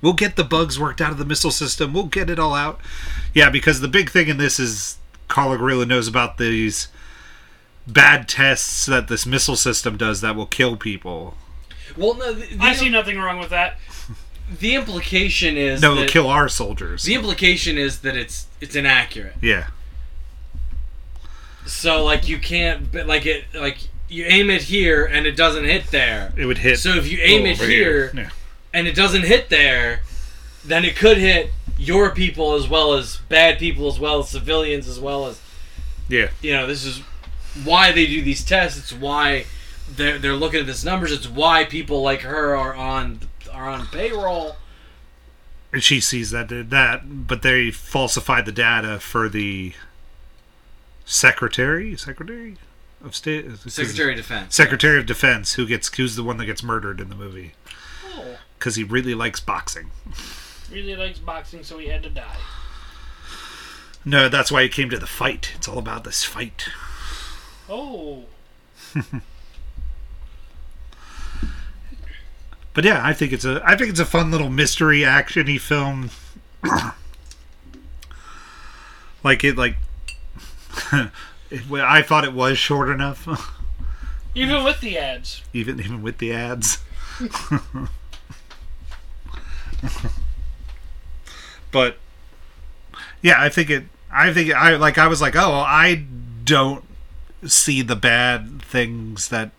C: We'll get the bugs worked out of the missile system. We'll get it all out. Yeah, because the big thing in this is Carla Gorilla knows about these." Bad tests that this missile system does that will kill people.
A: Well, no, the,
D: I
A: the,
D: see nothing wrong with that.
A: the implication is
C: No,
A: that,
C: it'll kill our soldiers.
A: The implication is that it's it's inaccurate.
C: Yeah.
A: So like you can't but, like it like you aim it here and it doesn't hit there.
C: It would hit.
A: So if you aim it
C: over
A: here
C: Yeah.
A: and it doesn't hit there, then it could hit your people as well as bad people as well as civilians as well as
C: Yeah.
A: you know this is why they do these tests. It's why they're they're looking at these numbers. It's why people like her are on are on payroll.
C: And she sees that did that, but they falsified the data for the secretary, secretary of state,
A: Secretary of Defense.
C: secretary of defense, who gets who's the one that gets murdered in the movie
D: Oh,
C: because he really likes boxing.
D: really likes boxing, so he had to die.
C: No, that's why he came to the fight. It's all about this fight.
D: Oh,
C: But yeah, I think it's a I think it's a fun little mystery actiony film. like it like it, I thought it was short enough.
D: even with the ads.
C: even even with the ads. but yeah, I think it. I think I like. I was like, oh, I don't see the bad things that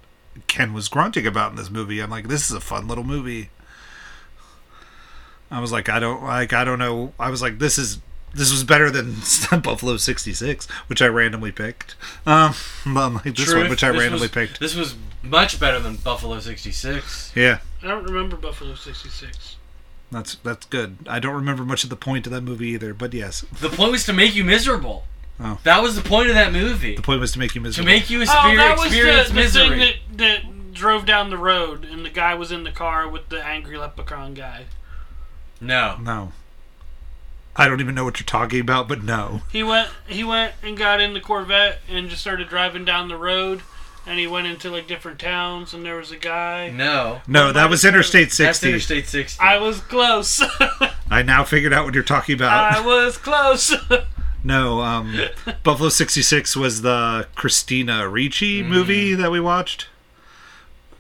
C: Ken was grunting about in this movie. I'm like, this is a fun little movie. I was like, I don't like. I don't know. I was like, this is. This was better than Buffalo '66, which I randomly picked. Um, I'm like this one,
A: Truth,
C: which I
A: this
C: randomly
A: was-
C: picked.
A: This was much better than Buffalo '66.
C: Yeah,
D: I don't remember Buffalo '66.
C: that's that's good. I don't remember much of the point of that movie either, but yes,
A: The point was to make you miserable.
C: Oh.
A: That was the point of that movie.
C: the point was to make you
A: To
C: miserable.
A: make you
D: Oh,
A: experience,
D: that was
A: experience
D: the, the
A: misery.
D: thing that, that drove down the road, and the guy was in the car with the angry leprechaun guy.
A: no.
C: no, I don't even know what you're talking about, but no,
D: He went, he went and got in the Corvette and just started driving down the road, and he went into like different towns, and there was a guy.
A: No.
C: no, that was Interstate
A: That's
C: 60.
A: Interstate 60.
D: I was close.
C: I now figured out what you're talking about.
A: Uh,
D: I was close.
C: no, um, Buffalo '66 was the Christina
A: Mm.
C: Ricci movie that we watched,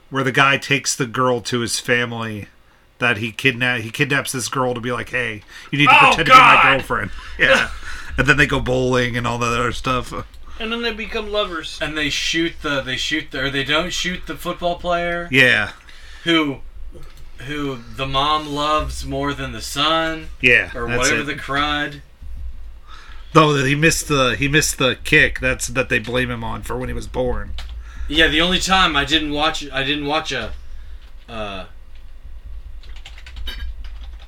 C: where the guy takes the girl to his family. That he kidnap he kidnaps this girl to be like, hey, you need to
D: Oh,
C: pretend to be
D: God!
C: my girlfriend. Yeah, and then they go bowling and all that other stuff.
D: and then they become lovers.
A: and they shoot the they shoot the or they don't shoot the football player
C: Yeah,
A: who who the mom loves more than the son
C: yeah.
A: or
C: that's
A: whatever the
C: it.
A: crud.
C: Though that he missed the he missed the kick. That's that they blame him on for when he was born.
A: Yeah, the only time I didn't watch I didn't watch a uh,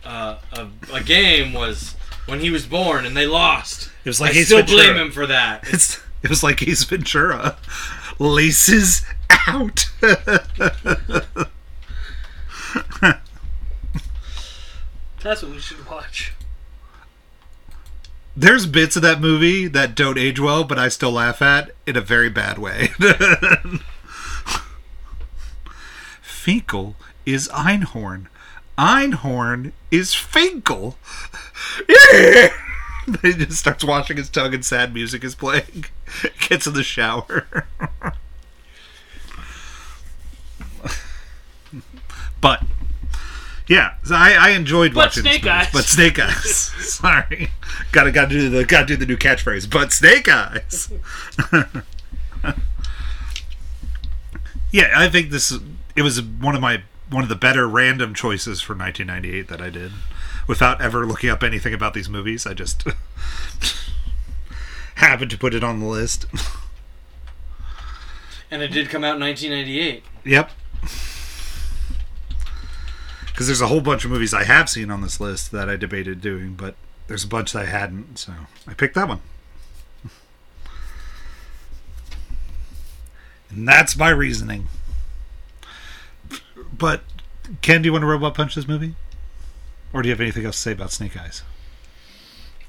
A: uh, a, a game was when he was born and they lost.
C: It was like
A: I
C: Ace
A: still
C: Ventura.
A: blame him for that.
C: It's it was like Ace Ventura, laces out.
D: That's what we should watch.
C: There's bits of that movie that don't age well, but I still laugh at in a very bad way. Finkel is Einhorn. Einhorn is Finkel. he just starts washing his tongue and sad music is playing. Gets in the shower. but yeah, so I, I enjoyed
D: But
C: watching
D: Snake
C: this movie.
D: Eyes.
C: But Snake Eyes. Sorry, gotta gotta do the gotta do the new catchphrase. But Snake Eyes. Yeah, I think this it was one of my one of the better random choices for 1998 that I did without ever looking up anything about these movies. I just happened to put it on the list.
A: And it did come out in 1998.
C: yep. Cuz there's a whole bunch of movies I have seen on this list that I debated doing, but there's a bunch that I hadn't, so I picked that one. And that's my reasoning. But Ken, do you want to robot punch this movie? Or do you have anything else to say about Snake Eyes?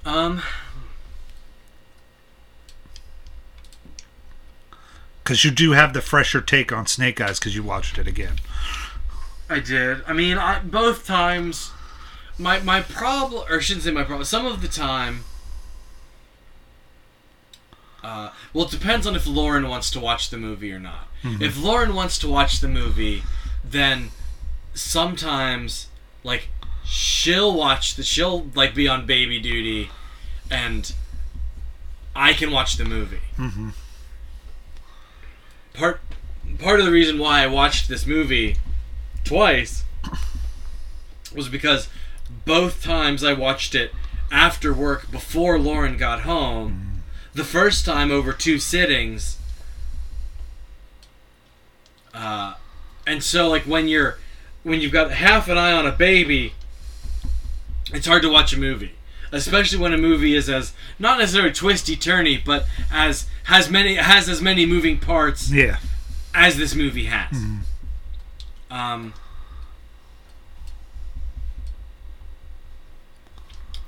A: Um,
C: Because you do have the fresher take on Snake Eyes because you watched it again.
A: I did. I mean, I, both times, my my problem, or I shouldn't say my problem. Some of the time, uh, well, it depends on if Lauren wants to watch the movie or not. If Lauren wants to watch the movie, then sometimes, like, she'll watch the she'll like be on baby duty, and I can watch the movie. Mm-hmm. Part part of the reason why I watched this movie twice was because both times I watched it after work before Lauren got home. The first time over two sittings. Uh, and so like when you're when you've got half an eye on a baby, it's hard to watch a movie. Especially when a movie is as not necessarily twisty turny, but as has many has as many moving parts
C: Yeah.
A: as this movie has.
C: Hmm.
A: Um,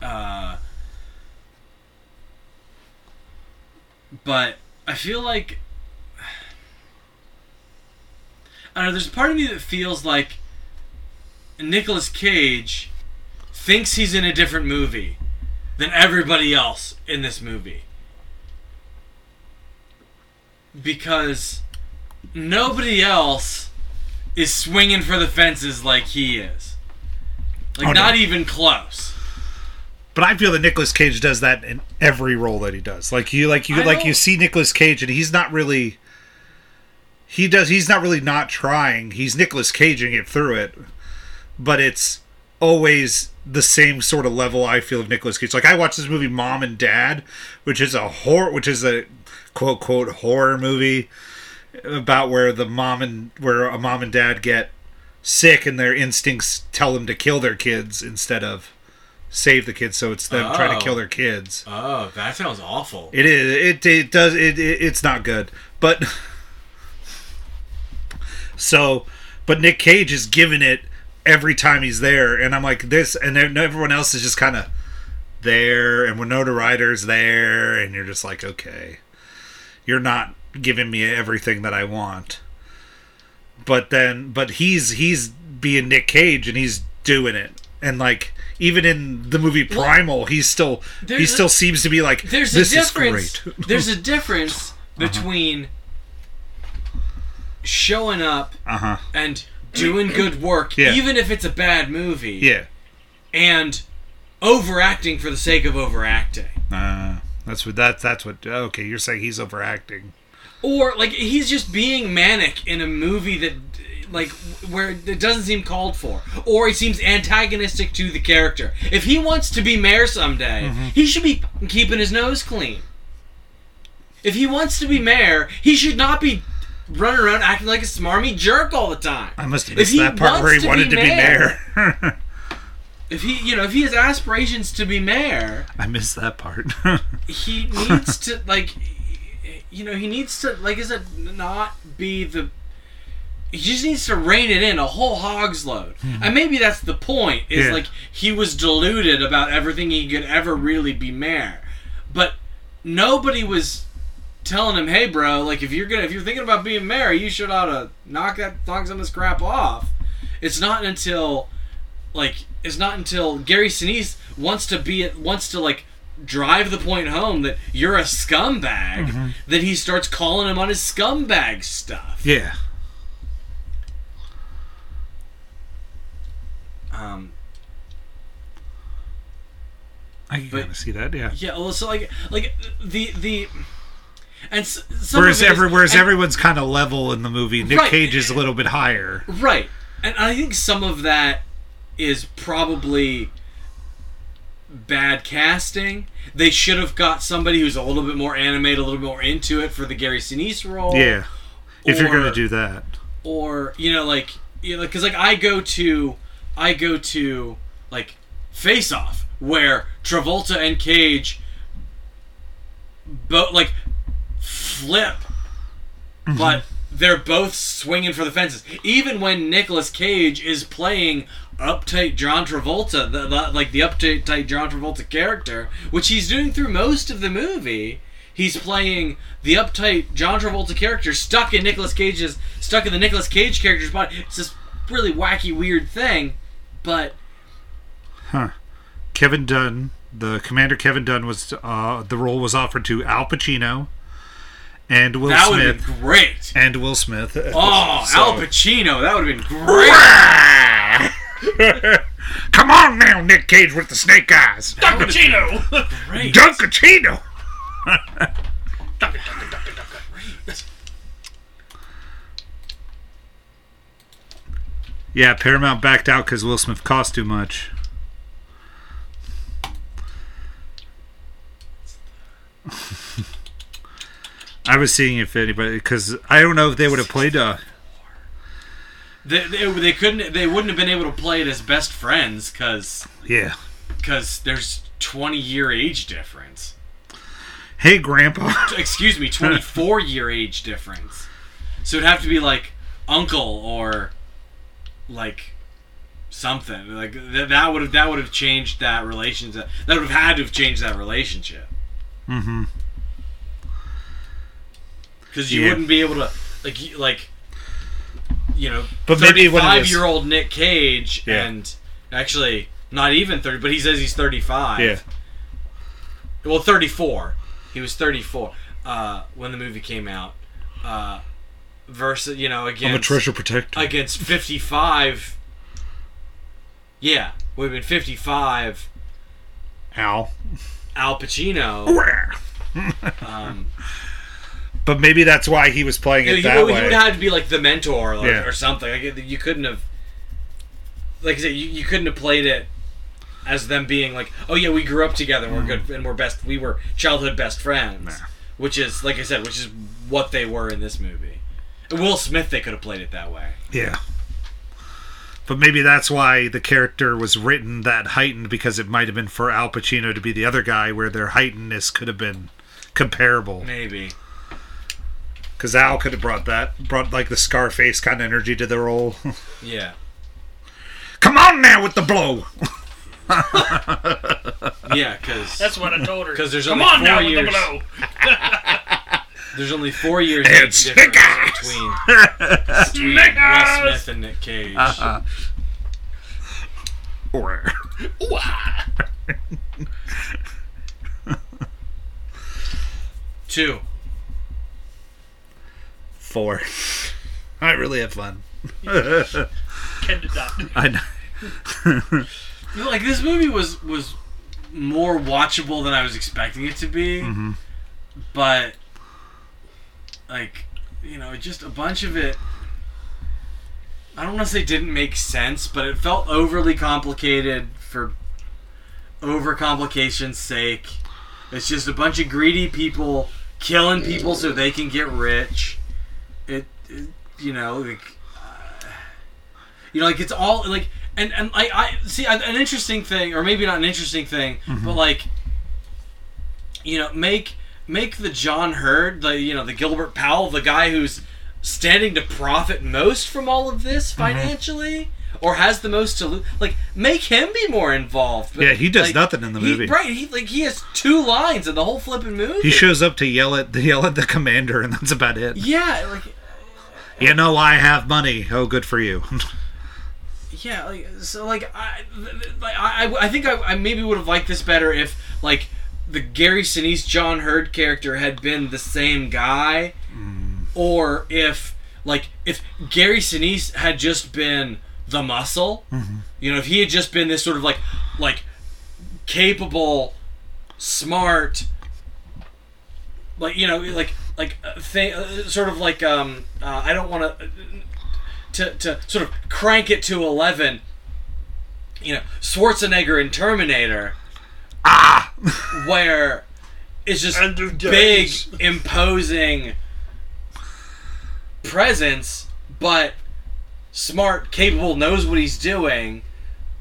A: uh, but I feel like I don't know. There's a part of me that feels like Nicolas Cage thinks he's in a different movie than everybody else in this movie because nobody else is swinging for the fences like he is. Like
C: Oh, no.
A: not even close.
C: But I feel that Nicolas Cage does that in every role that he does. Like you like you
A: I
C: like
A: don't-
C: you see Nicolas Cage and he's not really he does he's not really not trying. He's Nicolas Caging it through it. But it's always the same sort of level I feel of Nicolas Cage. Like I watched this movie Mom and Dad, which is a horror which is a quote quote horror movie about where the mom and where a mom and dad get sick and their instincts tell them to kill their kids instead of save the kids so it's them trying
A: Oh.
C: to kill their kids
A: Oh, that sounds awful.
C: it is it, it does it, it it's not good but so but nick cage is giving it every time he's there and i'm like this and then everyone else is just kind of there and winona ryder's there and you're just like okay you're not giving me everything that i want but then but he's he's being Nick Cage and he's doing it and like even in the movie Primal he's still
A: there's
C: he
A: a-
C: still seems to be like
A: There's
C: this
A: a
C: is
A: difference.
C: great
A: there's a difference between showing up
C: uh-huh
A: and doing good work,
C: Yeah.
A: even if it's a bad movie,
C: yeah
A: and overacting for the sake of overacting.
C: uh, that's what that's that's what okay you're saying he's overacting
A: or like he's just being manic in a movie that like where it doesn't seem called for or he seems antagonistic to the character if he wants to be mayor someday he should be fucking keeping his nose clean if he wants to be mayor he should not be running around acting like a smarmy jerk all the time
C: I must
A: If
C: have missed
A: he
C: that part
A: wants
C: where he wanted to be
A: mayor-
C: mayor
A: if he, you know, if he has aspirations to be mayor,
C: I missed that part.
A: he needs to like, you know, he needs to like, is it not be the. He just needs to rein it in a whole hog's load, and maybe that's the point. Is
C: Yeah.
A: like he was deluded about everything he could ever really be mayor, but nobody was telling him, "Hey, bro, like if you're gonna if you're thinking about being mayor, you should oughta knock that knock some of this crap off." It's not until like it's not until Gary Sinise wants to be wants to like drive the point home that you're a scumbag
C: Mm-hmm.
A: that he starts calling him on his scumbag stuff.
C: yeah.
A: Um,
C: I can
A: But-
C: kind of see that, yeah.
A: yeah, well, so like like the the and s- some
C: Whereas,
A: of it is-
C: every, whereas
A: and-
C: everyone's kind of level in the movie. Nick
A: Right.
C: Cage is a little bit higher.
A: Right. And I think some of that is probably bad casting. They should have got somebody who's a little bit more animated, a little bit more into it for the Gary Sinise role.
C: Yeah. If you're going
A: or-
C: to do that.
A: Or, you know, like, you know, because, like, I go to, I go to, like, Face Off, where Travolta and Cage both, like, flip but they're both swinging for the fences. Even when Nicolas Cage is playing uptight John Travolta, the, the, like the uptight John Travolta character, which he's doing through most of the movie, he's playing the uptight John Travolta character stuck in Nicolas Cage's stuck in the Nicolas Cage character's body. It's this really wacky, weird thing, but
C: Kevin Dunn, the commander Kevin Dunn was uh, the role was offered to Al Pacino and Will
A: that would have
C: Smith
A: been great.
C: and Will Smith.
A: Oh,
C: So-
A: Al Pacino, that would have been great.
C: Come on now, Nick Cage with the snake eyes.
D: Dr. Chino!
A: Great.
C: Dunkachino. Yeah, Paramount backed out because Will Smith cost too much. I was seeing if anybody, because I don't know if they would have played. Uh,
A: They, they, they couldn't. They wouldn't have been able to play it as best friends because
C: yeah.
A: because there's 20 year age difference.
C: Hey, Grandpa.
A: Excuse me, 24 year age difference. So it'd have to be like uncle or like something like th- that would have that would have changed that relationship. That would have had to have changed that relationship.
C: Mhm.
A: Because you
C: Yeah.
A: wouldn't be able to like you- like you know,
C: But maybe when it was-
A: five year old Nick Cage
C: Yeah.
A: and actually not even 30, but he says he's 35.
C: Yeah.
A: well 34 he was 34 uh, when the movie came out uh, versus you know
C: I'm a
A: against
C: treasure protector.
A: against 55 yeah would have been 55
C: Al.
A: al pacino um,
C: But maybe that's why he was playing
A: you,
C: it
A: you
C: that
A: would, you
C: way.
A: would have to be like the mentor or,
C: Yeah.
A: or something like, you couldn't have like i said you, you couldn't have played it as them being like oh yeah we grew up together and we're good and we're best we were childhood best friends
C: Mm. Nah.
A: which is like i said which is what they were in this movie will smith they could have played it that way
C: Yeah. But maybe that's why the character was written that heightened because it might have been for Al Pacino to be the other guy where their heightenedness could have been comparable.
A: maybe
C: Because Al could have brought that, brought like the Scarface kind of energy to the role.
A: yeah
C: Come on now with the blow!
A: yeah because
D: That's what I told her.
A: 'Cause there's
D: Come
A: only
D: on
A: four
D: now with
A: years.
D: the blow!
A: there's only four years
C: And
A: age difference
C: stickers!
A: between, between will
D: Stickers!
A: smith and nick cage
C: Uh-huh. Or-
D: ah.
A: two
C: Four. I really had fun.
D: Ken did not.
C: I know.
A: like this movie was was more watchable than I was expecting it to be, but like you know, just a bunch of it. I don't want to say didn't make sense, but it felt overly complicated for overcomplication's sake. It's just a bunch of greedy people killing people so they can get rich. It, it you know, uh, like you know, like it's all like and and I, I see an an interesting thing, or maybe not an interesting thing,
C: Mm-hmm.
A: but like, you know, make make the John Hurd, the you know, the Gilbert Powell, the guy who's standing to profit most from all of this
C: Mm-hmm.
A: financially, or has the most to lose. Like, make him be more involved. But,
C: Yeah, he does
A: like,
C: nothing in the
A: he-
C: movie.
A: right? He like he has two lines in the whole flipping movie.
C: He shows up to yell at yell at the commander, and that's about it.
A: yeah, like
C: You know, I have money. Oh, good for you.
A: Yeah, like so, like I, th- th- like I, I I think I, I maybe would have liked this better if like the Gary Sinise John Hurd character had been the same guy, or if like if Gary Sinise had just been the muscle, you know, if he had just been this sort of like like capable, smart, like you know, like like uh, th- uh, sort of like um uh, I don't want to to, to sort of crank it to 11 you know schwarzenegger in terminator ah where it's just
D: And their
A: big
D: days.
A: imposing presence but smart capable knows what he's doing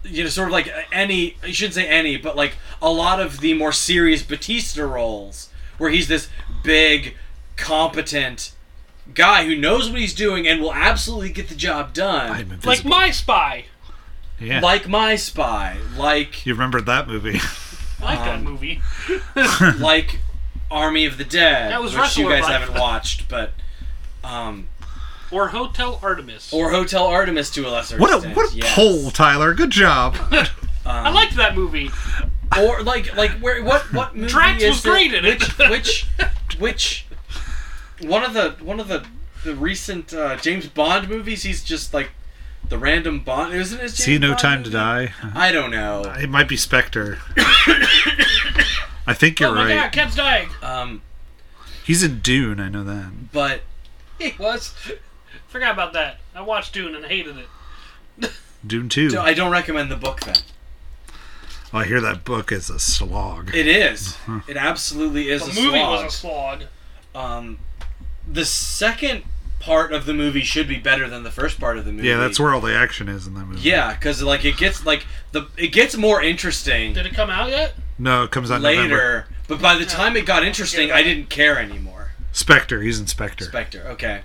A: you know sort of like any you shouldn't say any but like a lot of the more serious batista roles where he's this big competent guy who knows what he's doing and will absolutely get the job done.
C: I'm
D: Like
C: invisible.
D: my spy.
C: yeah.
A: like my spy, like
C: you remember that movie?
D: I like that movie.
A: like Army of the Dead,
D: That was
A: which you
D: Rushmore,
A: guys
D: bud.
A: haven't watched, but um,
D: Or Hotel Artemis.
A: or Hotel Artemis to a lesser
C: What a
A: extent.
C: what a
A: yes.
C: poll, Tyler. Good job.
D: I liked that movie.
A: Or like like where what what movie
D: Drax
A: is
D: was
A: the-
D: great in it.
A: Which which one of the one of the the recent uh, James Bond movies? He's just like the random Bond. Isn't it? James
C: See, no
A: Bond
C: time to
A: movie?
C: die.
A: I don't know.
C: It might be Spectre. I think you're
D: oh my
C: right.
D: god, cat's dying.
A: Um,
C: He's in Dune. I know that.
A: but
D: It was. Forgot about that. I watched Dune and hated it.
C: Dune Two.
A: So I don't recommend the book then.
C: Oh, I hear that book is a slog.
A: It is. It absolutely is
D: The
A: a
D: movie
A: slog.
D: was a slog.
A: um, the second part of the movie should be better than the first part of the movie.
C: yeah, that's where all the action is in that movie.
A: Yeah, because like it gets like the it gets more interesting
D: Did it come out yet?
C: No, it comes out in
A: later,
C: November.
A: but by the time it got interesting, I didn't care anymore.
C: Spectre. He's in Spectre.
A: Spectre. Okay.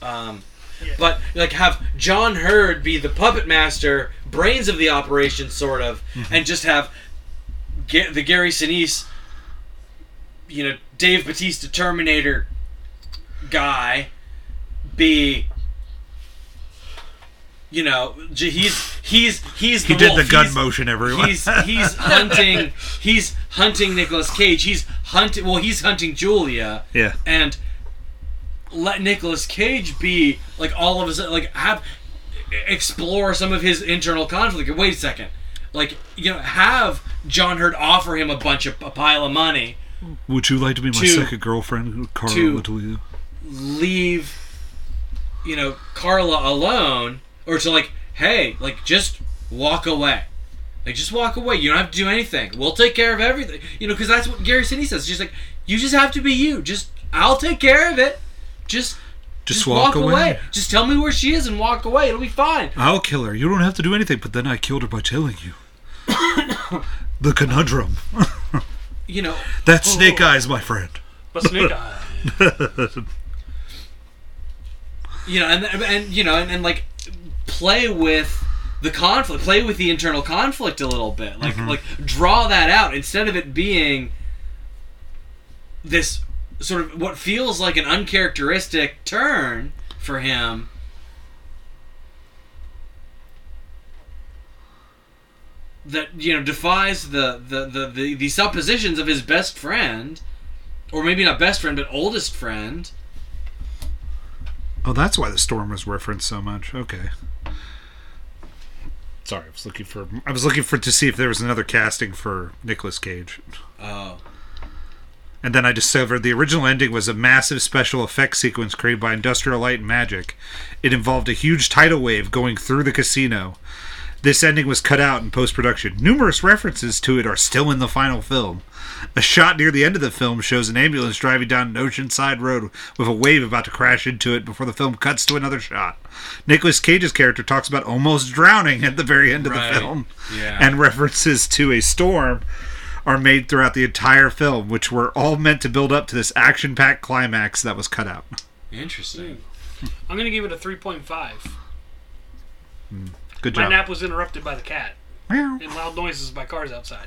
A: Um,
D: Yeah.
A: but like have John Hurd be the puppet master, brains of the operation, sort of,
C: Mm-hmm.
A: and just have Ga- the Gary Sinise, you know, Dave Batista Terminator guy be. You know, j- he's he's he's
C: he did
A: wolf.
C: the gun
A: He's-
C: motion, everyone.
A: He's he's hunting he's hunting Nicolas Cage. He's hunting well he's hunting Julia
C: yeah.
A: and let Nicolas Cage be like all of a sudden like have explore some of his internal conflict. Wait a second, like you know have John Hurt offer him a bunch of a pile of money,
C: Would you like to be my
A: Two.
C: second girlfriend, Carla?
A: Two.
C: Latulio?
A: leave you know Carla alone, or to like hey like just walk away. Like just walk away. You don't have to do anything. We'll take care of everything. You know, because that's what Gary Sinise says. Just like you just have to be you. Just I'll take care of it. Just
C: Just, walk, away.
A: Just tell me where she is and walk away. It'll be fine.
C: I'll kill her. You don't have to do anything. But then I killed her by telling you. the conundrum.
A: You know,
C: That's Snake Eyes, my friend.
D: But Snake Eyes.
A: you know, and and you know, and, and like play with the conflict, play with the internal conflict a little bit, like like draw that out instead of it being this sort of what feels like an uncharacteristic turn for him. That you know defies the the, the, the the suppositions of his best friend, or maybe not best friend, but oldest friend.
C: Oh, that's why the storm was referenced so much. Okay. Sorry, I was looking for I was looking for to see if there was another casting for Nicolas Cage.
A: Oh,
C: And then I discovered the original ending was a massive special effects sequence created by Industrial Light and Magic. It involved a huge tidal wave going through the casino. This ending was cut out in post production. Numerous references to it are still in the final film. A shot near the end of the film shows an ambulance driving down an oceanside road with a wave about to crash into it before the film cuts to another shot. Nicolas Cage's character talks about almost drowning at the very end of
A: Right.
C: the film,
A: Yeah.
C: and references to a storm are made throughout the entire film, which were all meant to build up to this action packed climax that was cut out.
A: Interesting.
D: I'm gonna give it a 3.5.
C: Good
D: My
C: job.
D: nap was interrupted by the cat
C: Meow.
D: and loud noises by cars outside.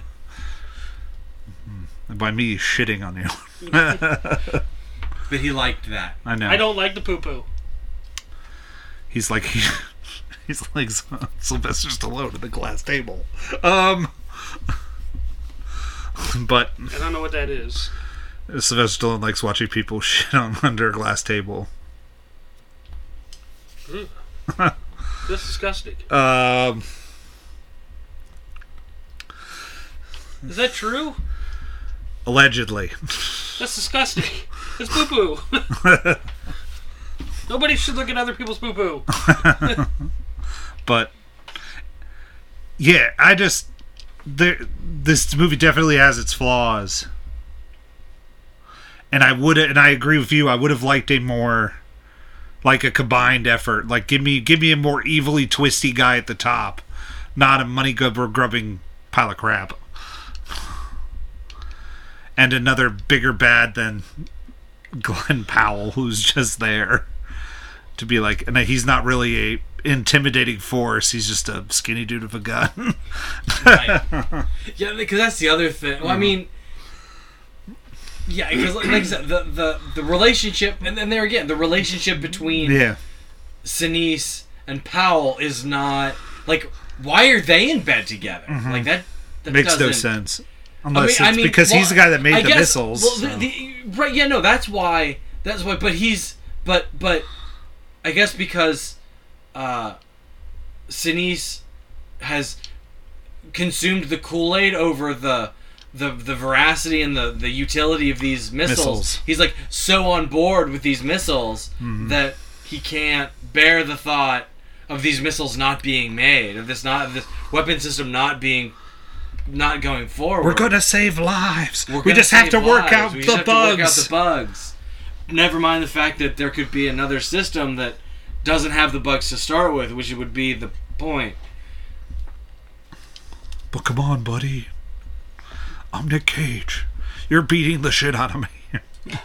C: By me shitting on you.
A: But he liked that.
C: I know.
D: I don't like the poo poo.
C: He's like he's like Sy- Sylvester Stallone at the glass table. Um, but
D: I don't know what that is.
C: Sylvester Stallone likes watching people shit on under a glass table.
D: That's disgusting.
C: Um,
D: Is that true?
C: allegedly,
D: That's disgusting. That's poo poo. Nobody should look at other people's poo poo.
C: but yeah, I just there, this movie definitely has its flaws, and I would and I agree with you. I would have liked a more like a combined effort. Like give me give me a more evilly twisty guy at the top, not a money grubber grubbing pile of crap, and another bigger bad than Glenn Powell, who's just there to be like, and he's not really a intimidating force. He's just a skinny dude with a gun.
A: Yeah, because that's the other thing. Well, I mean, yeah, because like, like I said, the, the, the relationship, and then there again, the relationship between
C: yeah,
A: Sinise and Powell is not like why are they in bed together? Like that, that
C: Mm-hmm. makes no
A: doesn't-
C: sense.
A: I mean,
C: Unless
A: I
C: it's
A: mean,
C: because
A: well,
C: he's the guy that made
A: I
C: the
A: guess-
C: missiles.
A: Well,
C: so.
A: the, the, right? Yeah, no, that's why. That's why. But he's but but I guess because uh Sinise has consumed the Kool Aid over the. The, the veracity and the, the utility of these missiles.
C: Missiles. Mm-hmm.
A: He's like so on board with these missiles that he can't bear the thought of these missiles not being made, of this not of this weapon system not being not going forward.
C: We're gonna save lives.
A: We're
C: we
A: gonna
C: just have to
A: save
C: work
A: lives.
C: out
A: We
C: the
A: just have to work out
C: bugs.
A: the bugs. Never mind the fact that there could be another system that doesn't have the bugs to start with, which would be the point.
C: But come on, buddy. I'm Nick Cage. You're beating the shit out of me.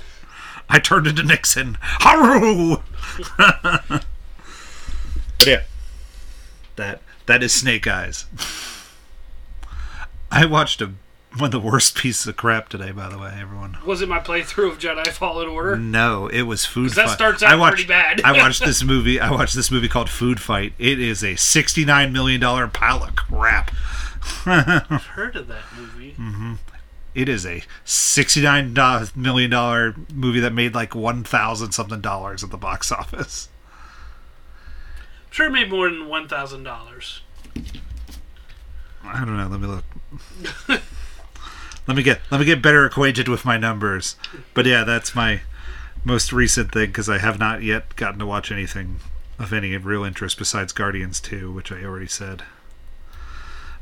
C: I turned into Nixon. Haru. but yeah, that that is Snake Eyes. I watched a one of the worst pieces of crap today. By the way, everyone.
D: Was it my playthrough of Jedi Fallen Order?
C: No, it was food.
D: that
C: Fight.
D: starts
C: I
D: out
C: watched,
D: pretty bad.
C: I watched this movie. I watched this movie called Food Fight. It is a sixty-nine million dollar pile of crap.
D: I've heard of that movie.
C: It is a sixty-nine do- million dollar movie that made like one thousand something dollars at the box office.
D: I'm sure it made more than $1,000.
C: I don't know. Let me look. let me get let me get better acquainted with my numbers. But yeah, that's my most recent thing because I have not yet gotten to watch anything of any real interest besides Guardians Two, which I already said.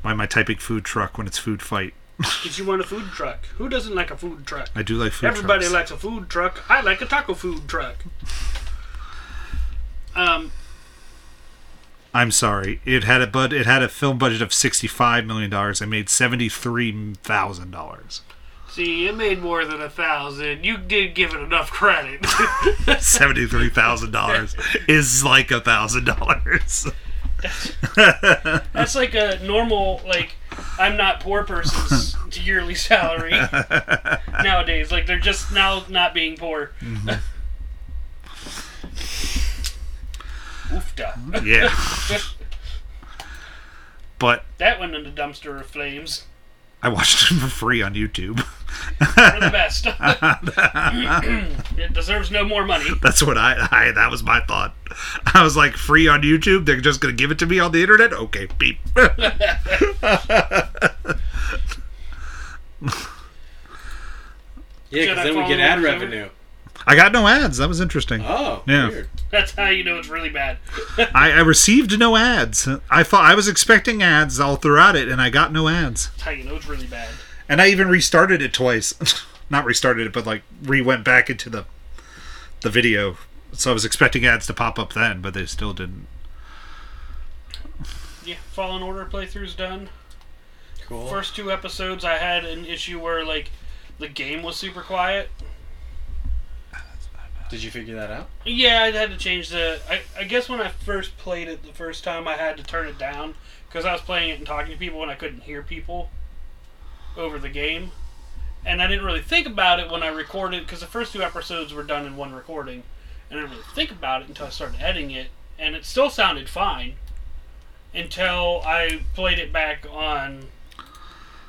C: Why am I typing food truck when it's food fight?
D: Did you want a food truck? Who doesn't like a food truck?
C: I do like food.
D: Everybody
C: trucks.
D: likes a food truck. I like a taco food truck. Um,
C: I'm sorry. It had a bud. It had a film budget of sixty-five million dollars. I made seventy-three thousand dollars.
D: see, it made more than a thousand. You did give it enough credit.
C: Seventy-three thousand dollars is like a thousand dollars.
D: That's like a normal, like, I'm not poor person's yearly salary nowadays. Like, they're just now not being poor. Oofda.
C: Yeah. But
D: That went in the dumpster of flames.
C: I watched it for free on YouTube.
D: They're the best. it deserves no more money.
C: That's what I, I. That was my thought. I was like, free on YouTube. They're just gonna give it to me on the internet. Okay, beep.
A: Yeah, because
D: Jedi
A: then we
D: Fallen
A: get ad
D: Order.
A: revenue.
C: I got no ads. That was interesting.
A: Oh,
C: Yeah.
A: weird.
D: That's how you know it's really bad.
C: I, I received no ads. I thought I was expecting ads all throughout it, and I got no ads.
D: That's how you know it's really bad.
C: And I even restarted it twice. Not restarted it, but like re went back into the the video. So I was expecting ads to pop up then, but they still didn't.
D: Yeah, Fallen Order playthrough's done.
A: Cool.
D: First two episodes, I had an issue where like the game was super quiet.
A: Did you figure that out?
D: Yeah, I had to change the. I, I guess when I first played it the first time, I had to turn it down because I was playing it and talking to people and I couldn't hear people over the game. And I didn't really think about it when I recorded because the first two episodes were done in one recording. And I didn't really think about it until I started editing it, and it still sounded fine until I played it back on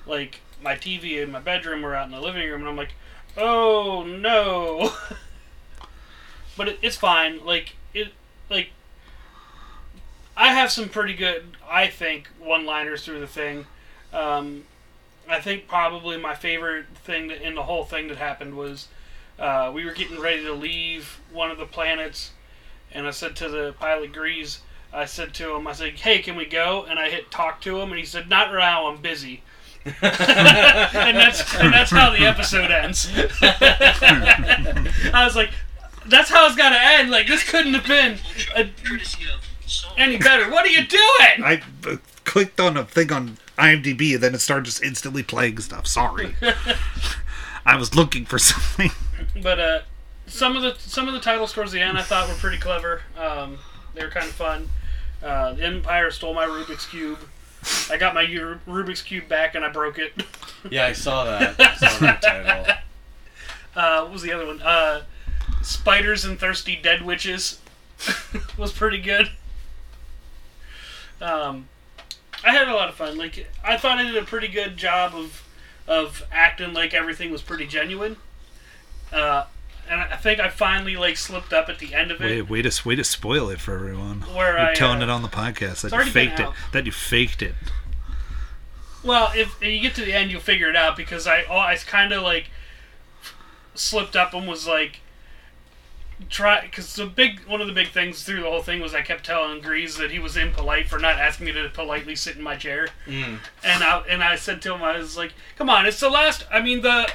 D: like my TV in my bedroom or out in the living room, and I'm like, oh no. but it, it's fine. Like it, like I have some pretty good, I think, one-liners through the thing. Um, I think probably my favorite thing that, in the whole thing that happened was uh, we were getting ready to leave one of the planets, and I said to the pilot Grease, I said to him, I said, "Hey, can we go?" And I hit talk to him, and he said, "Not right now, I'm busy." and that's and that's how the episode ends. I was like, "That's how it's got to end." Like this couldn't have been a,
B: courtesy of Saul.
D: any better. What are you doing?
C: I uh, clicked on a thing on IMDb, and then it started just instantly playing stuff. Sorry, I was looking for something.
D: But uh, some of the some of the titles towards the end I thought were pretty clever. Um, they were kind of fun. Uh, the Empire stole my Rubik's cube. I got my Ru- Rubik's cube back and I broke it.
A: Yeah, I saw that. I saw that title.
D: Uh, what was the other one? Uh, Spiders and Thirsty Dead Witches was pretty good. Um, I had a lot of fun. Like I thought I did a pretty good job of of acting like everything was pretty genuine. Uh, and I I think I finally like slipped up at the end of it.
C: Way, way to way to spoil it for everyone.
D: Where
C: You're
D: I,
C: telling
D: uh,
C: it on the podcast that
D: already
C: you
D: been
C: faked it.
D: out.
C: That you faked it.
D: Well, if you get to the end, you'll figure it out because I oh, I kind of like slipped up and was like try because the big one of the big things through the whole thing was I kept telling Grease that he was impolite for not asking me to politely sit in my chair,
A: Mm.
D: and I and I said to him I was like, come on, it's the last. I mean the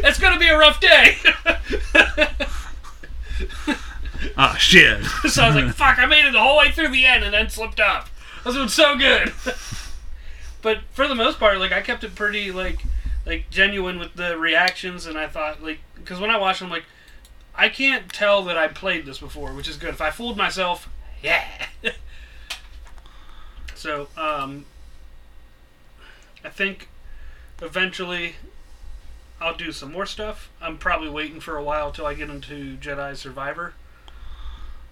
D: it's gonna be a rough day.
C: Ah, shit.
D: so I was like, fuck, I made it the whole way through the end and then slipped up. I was doing so good. but for the most part, like I kept it pretty like like genuine with the reactions, and I thought like because when I watched them, like I can't tell that I played this before, which is good. If I fooled myself, yeah. so um, I think eventually. I'll do some more stuff. I'm probably waiting for a while till I get into Jedi Survivor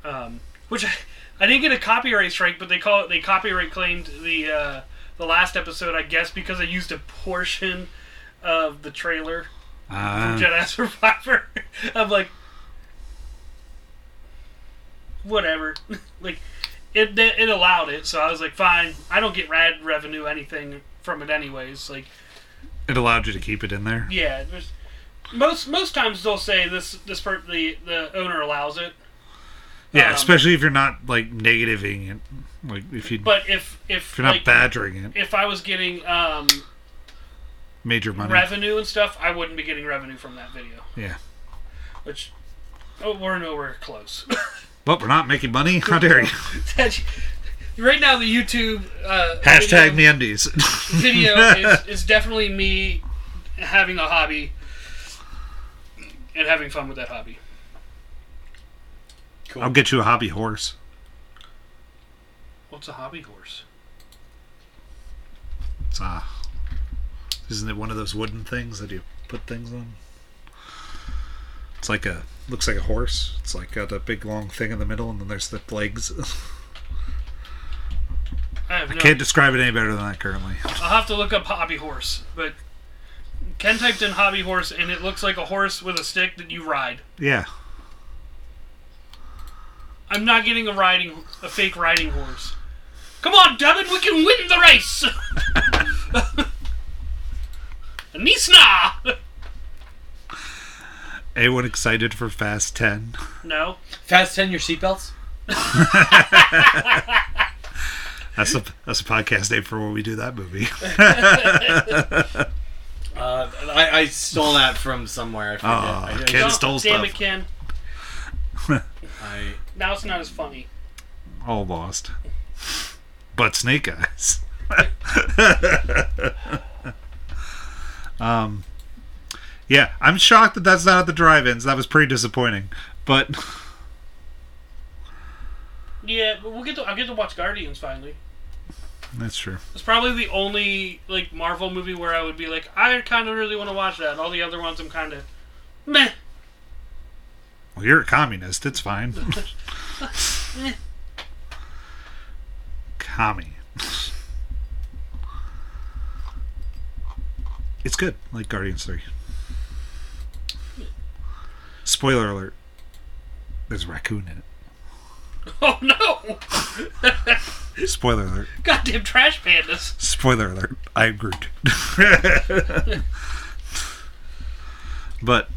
D: um, which I, I didn't get a copyright strike, but they call it they copyright claimed the uh, the last episode, I guess, because I used a portion of the trailer
C: Ah.
D: Jedi Survivor. I'm like, whatever, like it they- it allowed it, so I was like, fine, I don't get rad revenue anything from it anyways, like.
C: It allowed you to keep it in there.
D: Yeah, there's, most most times they'll say this this per, the the owner allows it,
C: Yeah,
D: Um,
C: especially if you're not like negativing it, like if you
D: but if if
C: if you're not
D: like,
C: badgering it,
D: if I was getting um,
C: major money.
D: revenue and stuff, I wouldn't be getting revenue from that video,
C: yeah,
D: which oh, we're nowhere close.
C: but we're not making money. How dare you?
D: right now, the YouTube uh,
C: Hashtag
D: video,
C: me undies.
D: video is, is definitely me having a hobby and having fun with that hobby.
A: Cool.
C: I'll get you a hobby horse.
D: What's a hobby horse?
C: It's uh, isn't it one of those wooden things that you put things on? It's like a looks like a horse. It's like got a big long thing in the middle, and then there's the legs.
D: I have no.
C: Can't describe it any better than that currently.
D: I'll have to look up hobby horse, but Ken typed in hobby horse and it looks like a horse with a stick that you ride.
C: Yeah,
D: I'm not getting a riding a fake riding horse. Come on, Devin, we can win the race. Nisna.
C: Anyone excited for Fast 10?
D: No.
A: Fast ten your seatbelts.
C: That's a, that's a podcast name for when we do that movie.
A: Uh, I, I stole that from somewhere. I forget.
C: Aw,
A: I, I,
C: Ken
D: Don't-
C: stole
D: Oh, Damn it,
C: stuff.
D: Ken.
A: I-
D: Now it's not as funny.
C: All lost. But Snake Eyes. um, yeah, I'm shocked that that's not at the drive-ins. That was pretty disappointing. But
D: Yeah, but we'll get to. I'll get to watch Guardians finally.
C: that's true.
D: It's probably the only like Marvel movie where I would be like, I kind of really want to watch that. All the other ones, I'm kind of meh.
C: Well, you're a communist. It's fine. Commie. It's good, like Guardians 3. Spoiler alert. There's a raccoon in
D: Oh no!
C: it. Spoiler alert.
D: Goddamn trash pandas.
C: Spoiler alert. I am Groot. but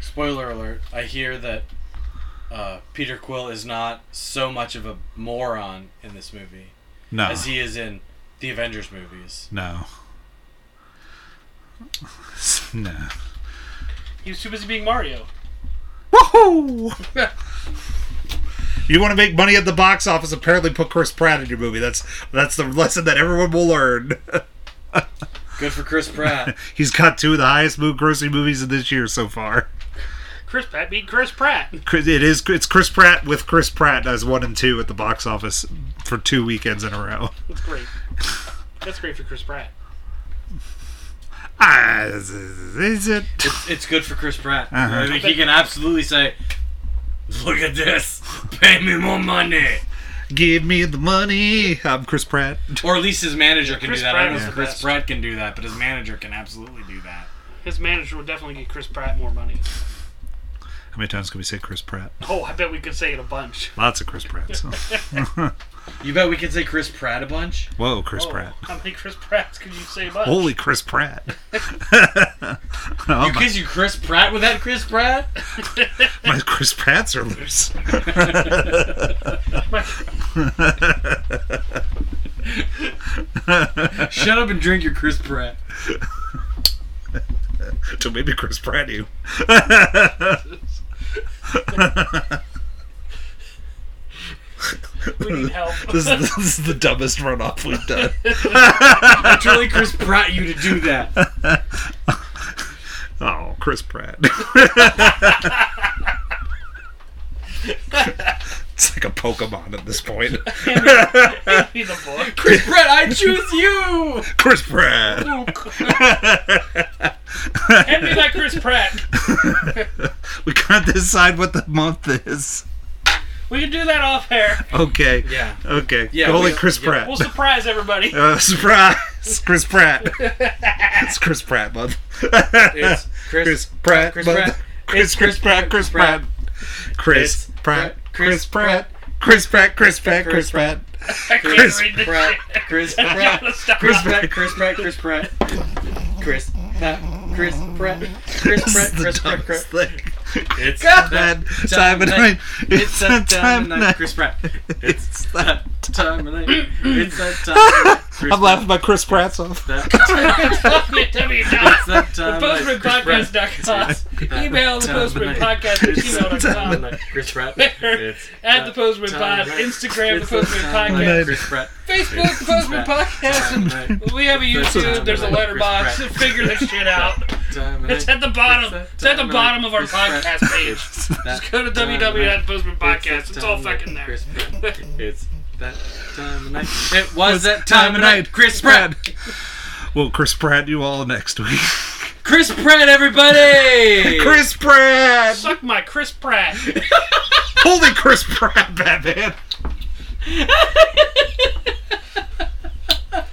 A: spoiler alert. I hear that uh, Peter Quill is not so much of a moron in this movie
C: no.
A: as he is in the Avengers movies.
C: No. no.
D: He was too busy being Mario.
C: Woohoo! you want to make money at the box office? Apparently, put Chris Pratt in your movie. That's that's the lesson that everyone will learn.
A: Good for Chris Pratt.
C: He's got two of the highest mo- grossing movies of this year so far.
D: Chris Pratt beat Chris Pratt.
C: Chris- It is it's Chris Pratt with Chris Pratt as one and two at the box office for two weekends in a row.
D: That's great. That's great for Chris Pratt.
C: Ah, is- is it?
A: it's, it's good for Chris Pratt.
C: Uh-huh.
A: I think he can absolutely say, "Look at this. Pay me more money."
C: Give me the money. I'm Chris Pratt.
A: Or at least his manager can
D: Chris
A: do that. I
D: Pratt
A: don't know
D: is
A: if
D: the
A: Chris
D: best.
A: Pratt can do that, but his manager can absolutely do that.
D: His manager would definitely get Chris Pratt more money.
C: How many times can we say Chris Pratt?
D: Oh, I bet we could say it a bunch.
C: Lots of Chris Pratts.
A: You bet we can say Chris Pratt a bunch.
C: Whoa, Chris
D: Oh,
C: Pratt.
D: How many Chris Pratts could you say a bunch?
C: Holy Chris Pratt. Oh,
A: You kids, you Chris Pratt with that Chris Pratt?
C: My Chris Pratts are loose.
D: My-
A: Shut up and drink your Chris Pratt.
C: to maybe Chris Pratt you.
D: we need help.
C: This is, this is the dumbest runoff we've done.
A: I truly Chris Pratt you to do that.
C: Oh, Chris Pratt. it's like a Pokemon at this point.
D: Be the book.
A: Chris Pratt, I choose you!
C: Chris Pratt.
D: Hand me that Chris Pratt.
C: We can't decide what the month is.
D: We can do that off air.
C: Okay.
A: Yeah.
C: Okay.
A: Yeah,
C: Only
A: we-
C: Chris
A: yeah,
C: Pratt.
D: We'll surprise everybody.
C: Uh, surprise! Chris Pratt. it's Chris Pratt month.
A: It's Chris,
C: Chris Pratt.
A: Chris
C: month.
A: Pratt.
C: Chris,
A: It's
C: Chris Pratt. Chris Pratt. Chris
A: It's
C: Pratt.
A: Pratt. Chris
C: Chris Pratt. Chris Pratt. Chris Pratt.
A: Chris
C: Chris Pratt.
D: I can't
C: Chris
D: read this
A: Pratt.
D: shit.
A: Chris Pratt.
D: gotta stop.
A: Chris Pratt. Chris Pratt. Chris Pratt. Chris Pratt. Chris Pratt. Chris
C: This is
A: Pratt.
C: the
A: Chris Pratt. Chris
C: dumbest thing.
A: It's
C: God, time of night.
A: It's that time of night. Chris Pratt.
C: It's that.
A: Time of night. It's that time of night. Chris
C: I'm laughing my Chris Pratt's off.
A: Pratt. That- It's
D: www.thepostmanpodcast.com.
A: that time of night. Chris Pratt.
D: Email the Postman Podcast at gmail.com.
A: Chris Pratt. It's
D: At the Postman
A: Time.
D: Pod. Instagram, the
A: It's
D: Postman
A: time of
D: Podcast.
A: night. Chris Pratt.
D: Facebook, the Postman Podcast.
A: Time of night.
D: We have a YouTube. There's a letterbox.
A: Chris Pratt.
D: Figure this shit out.
A: Time of
D: It's
A: night.
D: at the bottom. It's at the bottom of our
A: Chris Pratt.
D: podcast page.
A: That
D: Go to
A: time of night.
D: www.postmanpodcast. It's
A: that
D: all
A: time of
D: fucking
A: night.
D: there.
A: Chris Pratt. It's that time of night. It was that time of night. Chris Pratt.
C: Well, Chris Pratt, you all next week.
A: Chris Pratt, everybody.
C: Chris Pratt!
D: Suck my Chris Pratt.
C: Holy Chris Pratt, Batman!